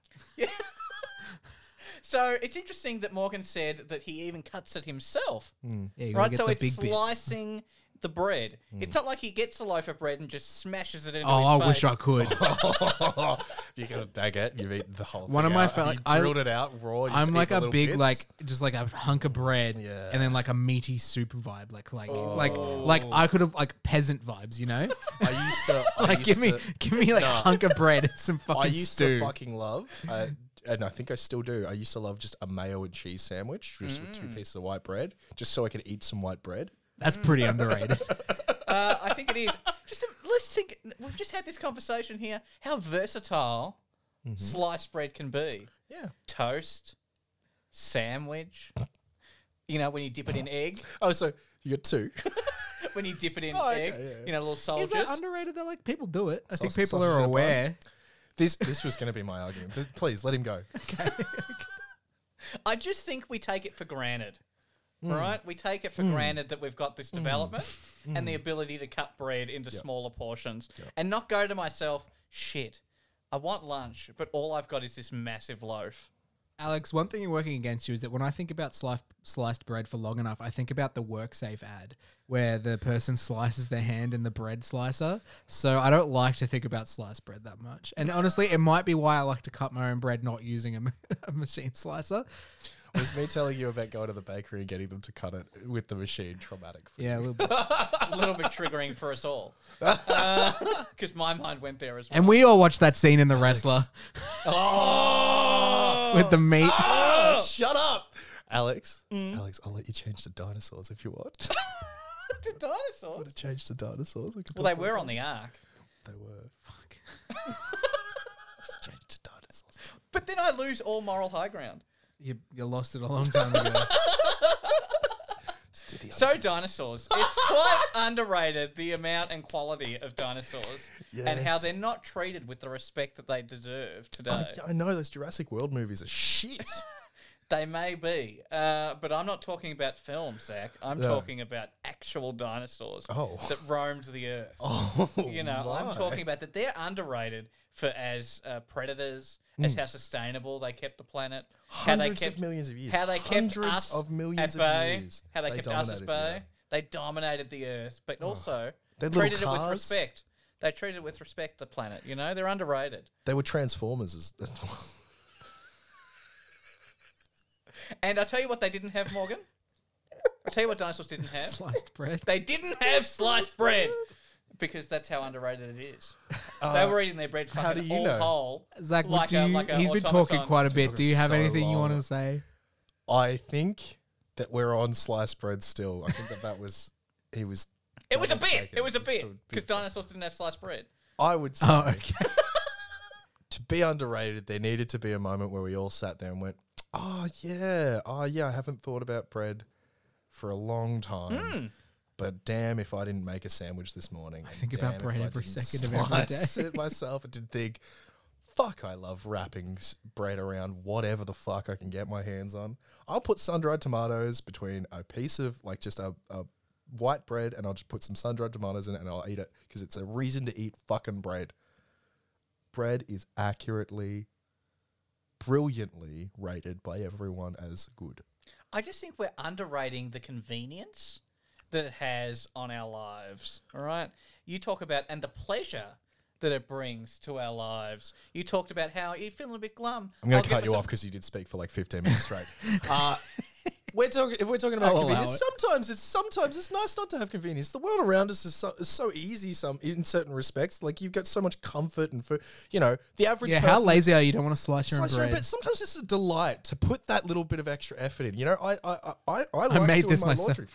Speaker 4: So it's interesting that Morgan said that he even cuts it himself.
Speaker 1: Yeah, Hmm. you gotta
Speaker 4: Right,
Speaker 1: get
Speaker 4: so
Speaker 1: the
Speaker 4: it's
Speaker 1: big bits. Hmm.
Speaker 4: slicing the bread. It's not like he gets a loaf of bread and just smashes it into
Speaker 1: Oh,
Speaker 4: his
Speaker 1: I
Speaker 4: face.
Speaker 1: wish I
Speaker 2: [laughs]
Speaker 1: could.
Speaker 2: if you get a baguette, you've eaten the whole.
Speaker 1: One of
Speaker 2: thing
Speaker 1: my
Speaker 2: out.
Speaker 1: fa-
Speaker 2: You
Speaker 1: like, I-
Speaker 2: drilled it out raw. you just
Speaker 1: I'm
Speaker 2: eat
Speaker 1: like
Speaker 2: the
Speaker 1: a
Speaker 2: little
Speaker 1: big
Speaker 2: bits.
Speaker 1: like just like a hunk of bread
Speaker 2: Yeah. Oh.
Speaker 1: and then like a meaty soup vibe like like like like I could have like peasant vibes, you
Speaker 2: [laughs]
Speaker 1: know? [laughs]
Speaker 2: I used to I
Speaker 1: like give
Speaker 2: used
Speaker 1: me
Speaker 2: to-
Speaker 1: give me like a hunk of bread and some fucking
Speaker 2: I used
Speaker 1: stew.
Speaker 2: to fucking love, uh, and I think I still do. I used to love just a mayo and cheese
Speaker 1: Mm.
Speaker 2: sandwich, just with two pieces of white bread, just so I could eat some white bread. [laughs]
Speaker 1: That's pretty underrated.
Speaker 4: Uh, I think it is. Just let's think. We've just had this conversation here. How versatile
Speaker 2: Mm-hmm.
Speaker 4: sliced bread can be.
Speaker 2: Yeah.
Speaker 4: Toast, sandwich. You know when you dip it in
Speaker 2: [laughs]
Speaker 4: egg.
Speaker 2: Oh, so you got two. [laughs]
Speaker 4: When you dip it in
Speaker 2: Oh, okay,
Speaker 4: egg.
Speaker 2: yeah, yeah.
Speaker 4: You know, little
Speaker 1: Is
Speaker 4: soldiers.
Speaker 1: that underrated? They're like people do it. I think
Speaker 2: Sausage-
Speaker 1: people
Speaker 2: sausage
Speaker 1: are
Speaker 2: in a bun.
Speaker 1: aware.
Speaker 2: this this was going to be my argument. Th- Please let him go.
Speaker 4: I just think we take it for granted.
Speaker 2: Mm.
Speaker 4: Right? We take it for granted that we've got this development and the ability to cut bread into smaller portions and not go to myself, shit, I want lunch, but all I've got is this massive loaf.
Speaker 1: Alex, one thing working against you is that when I think about sliced sliced bread for long enough, I think about the WorkSafe ad where the person [laughs] slices their hand in the bread slicer. So I don't like to think about sliced bread that much. And honestly, it might be why I like to cut my own bread not using a, [laughs] ma- a machine slicer.
Speaker 2: was me telling you about going to the bakery and getting them to cut it with the machine traumatic for
Speaker 1: Yeah, a
Speaker 2: you.
Speaker 1: little bit.
Speaker 4: A little bit triggering for us all. Because my mind went there as well.
Speaker 1: And we all watched that scene in The Wrestler
Speaker 2: Oh,
Speaker 1: with the meat.
Speaker 4: Ah! Oh!
Speaker 2: [laughs] shut up. Alex,
Speaker 1: Mm.
Speaker 2: Alex, I'll let you change to dinosaurs if you want.
Speaker 4: the dinosaurs.
Speaker 2: to change to dinosaurs. We can
Speaker 4: Well, they
Speaker 2: talk about
Speaker 4: were on the ark.
Speaker 2: that. They were.
Speaker 4: [laughs]
Speaker 2: Fuck. Just change to dinosaurs.
Speaker 4: But then I lose all moral high ground.
Speaker 1: You, you lost it a long time ago.
Speaker 2: Just do the
Speaker 4: So dinosaurs.
Speaker 2: [laughs]
Speaker 4: It's quite underrated the amount and quality of dinosaurs and how
Speaker 2: Yes.
Speaker 4: they're not treated with the respect that they deserve today.
Speaker 2: I, I know those Jurassic World movies are shit.
Speaker 4: They may be, uh, but I'm not talking about films, Zach. I'm
Speaker 2: Yeah.
Speaker 4: talking about actual dinosaurs
Speaker 2: Oh.
Speaker 4: that roamed the earth.
Speaker 2: oh,
Speaker 4: [laughs] you know, I'm talking about that they're underrated for as uh, predators, as how sustainable they kept the planet, how they
Speaker 2: Hmm. Hundreds
Speaker 4: kept
Speaker 2: of millions of years.
Speaker 4: how they kept
Speaker 2: Hundreds
Speaker 4: us
Speaker 2: of millions
Speaker 4: at
Speaker 2: of
Speaker 4: bay,
Speaker 2: years.
Speaker 4: how they,
Speaker 2: They
Speaker 4: kept us at bay.
Speaker 2: dominated the earth. Oh.
Speaker 4: They dominated the earth, but also
Speaker 2: Their little
Speaker 4: treated it with
Speaker 2: cars.
Speaker 4: respect. They treated it with respect the planet. You know, they're underrated.
Speaker 2: They were Transformers as, as well.
Speaker 4: And I tell you what, they didn't have
Speaker 2: [laughs]
Speaker 4: Morgan. I tell you what, dinosaurs didn't have.
Speaker 1: sliced bread.
Speaker 4: They didn't have sliced bread because that's how underrated it
Speaker 2: [laughs]
Speaker 4: is. they were eating their bread fucking
Speaker 2: Uh, do you
Speaker 4: all
Speaker 2: know?
Speaker 4: whole.
Speaker 1: Zach, what
Speaker 4: like
Speaker 1: do
Speaker 4: a-
Speaker 1: you,
Speaker 4: like a
Speaker 1: he's been talking
Speaker 4: automaton.
Speaker 1: quite a
Speaker 2: He's been
Speaker 1: bit. Do
Speaker 2: talking
Speaker 1: you have
Speaker 2: so
Speaker 1: anything you
Speaker 2: long.
Speaker 1: want to say?
Speaker 2: I think that we're on sliced bread still. I think that that was he was.
Speaker 4: It was a
Speaker 2: double
Speaker 4: bit.
Speaker 2: bacon.
Speaker 4: It was a bit
Speaker 2: would be-
Speaker 4: because dinosaurs didn't have sliced bread.
Speaker 2: I would say
Speaker 1: Oh, okay.
Speaker 2: [laughs] to be underrated, there needed to be a moment where we all sat there and went, "Oh yeah, oh yeah, I haven't thought about bread for a long time."
Speaker 1: Hmm.
Speaker 2: But damn, if I didn't make a sandwich this morning, I
Speaker 1: think about bread every second of every day."
Speaker 2: It myself, I did think, "Fuck, I love wrapping s- bread around whatever the fuck I can get my hands on." I'll put sun-dried tomatoes between a piece of like just a, a white bread, and I'll just put some sun-dried tomatoes in it, and I'll eat it because it's a reason to eat fucking bread bread is accurately, brilliantly rated by everyone as good.
Speaker 4: I just think we're underrating the convenience that it has on our lives. All right. You talk about and the pleasure that it brings to our lives. You talked about how you're feeling a bit glum.
Speaker 2: I'm going
Speaker 4: I'll
Speaker 2: to
Speaker 4: get
Speaker 2: cut you
Speaker 4: myself-
Speaker 2: off because you did speak for like 15 minutes straight. [laughs] uh, we're talking if we're talking about
Speaker 1: I'll allow
Speaker 2: convenience.
Speaker 1: it.
Speaker 2: Sometimes it's sometimes it's nice not to have convenience. The world around us is so, is so easy. Some in certain respects, like you've got so much comfort and food. You know, the average
Speaker 1: Yeah,
Speaker 2: person
Speaker 1: how lazy are you? Don't want to slice your own
Speaker 2: Slice your own
Speaker 1: bread.
Speaker 2: bread. Sometimes it's a delight to put that little bit of extra effort in. You know, I I I, I, I like
Speaker 1: made
Speaker 2: doing
Speaker 1: this
Speaker 2: my
Speaker 1: myself.
Speaker 2: laundry.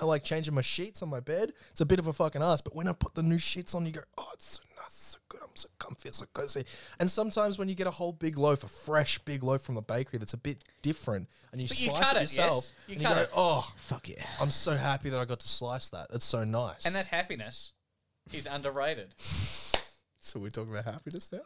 Speaker 2: I like changing my sheets on my bed. It's a bit of a fucking ass, but when I put the new sheets on, you go, oh, it's so nice, it's so good, I'm so comfy, it's so cozy. And sometimes when you get a whole big loaf, a fresh big loaf from the bakery that's a bit different, and you
Speaker 4: But you
Speaker 2: slice
Speaker 4: cut
Speaker 2: it
Speaker 4: it,
Speaker 2: yourself,
Speaker 4: yes. You
Speaker 2: and
Speaker 4: cut
Speaker 2: you go,
Speaker 4: it.
Speaker 2: oh,
Speaker 1: Fuck yeah.
Speaker 2: I'm so happy that I got to slice that. That's so nice.
Speaker 4: And that happiness is underrated.
Speaker 2: [laughs] so we're talking about happiness
Speaker 4: [laughs]
Speaker 2: now.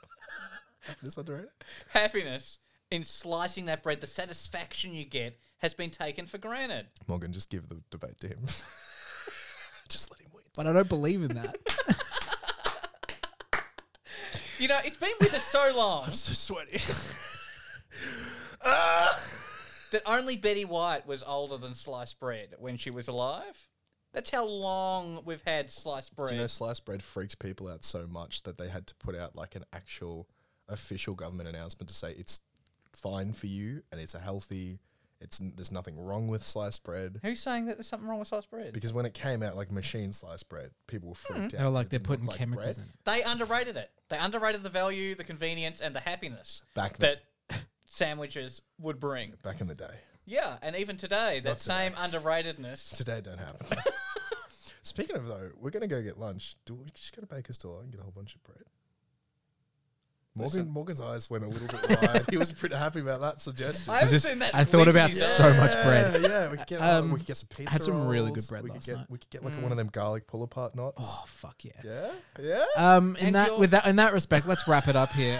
Speaker 2: happiness underrated.
Speaker 4: happiness in slicing that bread, the satisfaction you get has been taken for granted.
Speaker 2: Morgan, just give the debate to him. [laughs] just let him win.
Speaker 1: But I don't believe in that.
Speaker 4: You know, it's been with
Speaker 1: [laughs]
Speaker 4: us so long
Speaker 2: so sweaty.
Speaker 4: that only Betty White was older than sliced bread when she was alive. That's how long we've had sliced
Speaker 1: [laughs]
Speaker 4: bread.
Speaker 2: you know, sliced bread freaked people out so much that they had to put out like an actual official government announcement to say it's fine for you and it's a healthy. It's n- there's nothing wrong with sliced bread
Speaker 4: Who's saying that there's something wrong with sliced bread?
Speaker 2: because when it came out like machine sliced bread, people were freaked out.
Speaker 1: Hmm. They were
Speaker 2: 'cause
Speaker 1: like,
Speaker 2: it
Speaker 1: they're
Speaker 2: didn't look
Speaker 1: putting
Speaker 2: like
Speaker 1: chemicals
Speaker 2: bread.
Speaker 1: in it.
Speaker 4: they underrated it. They underrated the value, the convenience, and the happiness
Speaker 2: Back then.
Speaker 4: that sandwiches would bring.
Speaker 2: Back in the day,
Speaker 4: Yeah, and even today, that same
Speaker 1: [laughs]
Speaker 4: underratedness
Speaker 2: today it don't happen. Speaking of though, we're gonna go get lunch. Do we just go to Baker's Delight and get a whole bunch of bread? Morgan, Morgan's eyes went a little
Speaker 1: [laughs]
Speaker 2: bit wide. He was pretty happy about that suggestion.
Speaker 4: I haven't
Speaker 1: Just-
Speaker 4: seen that.
Speaker 1: I thought
Speaker 4: link
Speaker 1: about
Speaker 4: you sent.
Speaker 1: so much bread.
Speaker 2: Yeah, yeah. We could get, um,
Speaker 1: Um,
Speaker 2: we could get some
Speaker 1: I
Speaker 2: pizza.
Speaker 1: had some really good
Speaker 2: rolls.
Speaker 1: bread
Speaker 2: we
Speaker 1: last
Speaker 2: could get,
Speaker 1: night. Mm.
Speaker 2: We could get like one of them garlic pull apart knots.
Speaker 1: Oh fuck yeah.
Speaker 2: Yeah, yeah.
Speaker 1: Um, in
Speaker 4: And
Speaker 1: that
Speaker 4: your-
Speaker 1: with that in that respect, let's wrap it up here.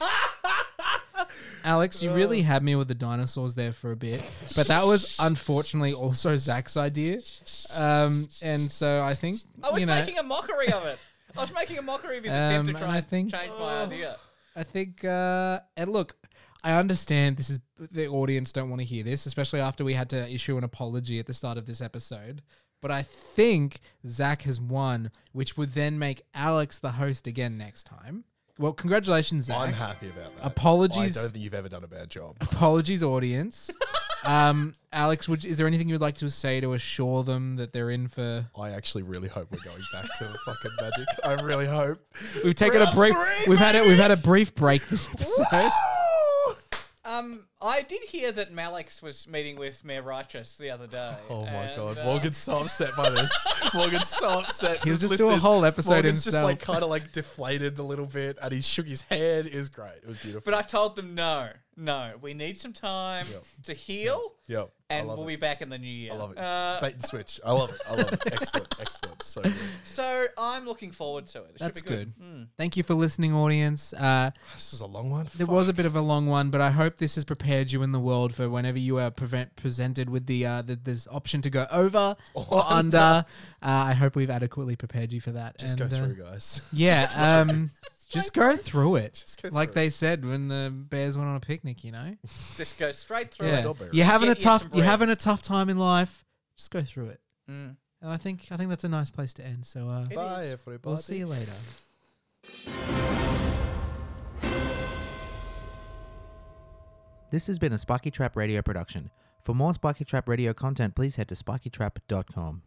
Speaker 1: Uh,
Speaker 4: [laughs]
Speaker 1: Alex, you
Speaker 4: Oh.
Speaker 1: really had me with the dinosaurs there for a bit, but that was unfortunately also Zach's idea, um, and so I think
Speaker 4: I was
Speaker 1: you know
Speaker 4: making a mockery of it. I was making a mockery of
Speaker 1: [laughs]
Speaker 4: his
Speaker 1: Um,
Speaker 4: attempt to
Speaker 1: and
Speaker 4: try
Speaker 1: I
Speaker 4: and
Speaker 1: think-
Speaker 4: change my idea.
Speaker 1: I think uh, and look, I understand this is the audience don't want to hear this, especially after we had to issue an apology at the start of this episode. But I think Zach has won, which would then make Alex the host again next time. Well, congratulations, Zach.
Speaker 2: I'm happy about that.
Speaker 1: Apologies.
Speaker 2: I don't think you've ever done a bad job.
Speaker 1: Apologies, audience. [laughs] um, Alex, would you- is there anything you would like to say to assure them that they're in for?
Speaker 2: I actually really hope we're going back to the fucking magic. I really hope.
Speaker 1: We've taken a
Speaker 2: Round
Speaker 1: break.
Speaker 2: three,
Speaker 1: we've had it. We've had a brief break this episode.
Speaker 4: Um, I did hear that Malix was meeting with Mayor Righteous the other day.
Speaker 2: [laughs] Oh my
Speaker 4: and,
Speaker 2: god,
Speaker 4: uh,
Speaker 2: Morgan's so upset by this. Morgan's so upset.
Speaker 1: He'll
Speaker 2: with
Speaker 1: just do a
Speaker 2: listeners.
Speaker 1: whole episode
Speaker 2: Morgan's just like
Speaker 1: himself.
Speaker 2: kind of like deflated a little bit, and he shook his head. It was great. It was beautiful.
Speaker 4: But I've told them no, no. We need some time
Speaker 2: Yep.
Speaker 4: to heal,
Speaker 2: yep, I
Speaker 4: and
Speaker 2: love
Speaker 4: we'll
Speaker 2: it.
Speaker 4: be back in the new year.
Speaker 2: I love it.
Speaker 4: Uh,
Speaker 2: Bait and switch. I love it. I love it. Excellent. Excellent. So good.
Speaker 4: so I'm looking forward to it. it
Speaker 1: That's
Speaker 4: should be good.
Speaker 1: good.
Speaker 2: Hmm.
Speaker 1: Thank you for listening, audience. Uh,
Speaker 2: This was a long one.
Speaker 1: There was a bit of a long one, but I hope this has prepared you in the world for whenever you are prevent- presented with the, uh, the this option to go over or,
Speaker 2: [laughs]
Speaker 1: under. Uh, I hope we've adequately prepared you for that.
Speaker 2: Just go
Speaker 1: And, uh,
Speaker 2: through, guys.
Speaker 1: Yeah, um, [laughs] just go through it.
Speaker 2: Just go
Speaker 1: like
Speaker 2: through
Speaker 1: they said when the bears went on a picnic, you know.
Speaker 4: Just go straight through
Speaker 1: Yeah,
Speaker 4: it.
Speaker 2: Bear.
Speaker 1: you're having a
Speaker 4: Get you
Speaker 1: tough
Speaker 4: some
Speaker 1: you're
Speaker 4: bread.
Speaker 1: having a tough time in life. Just go through it,
Speaker 4: Mm.
Speaker 1: and I think I think that's a nice place to end. So uh,
Speaker 4: It
Speaker 2: Bye,
Speaker 4: is.
Speaker 2: everybody.
Speaker 1: we'll see you later.
Speaker 9: This has been a Spiky Trap Radio production. For more Spiky Trap Radio content, please head to spikytrap.com.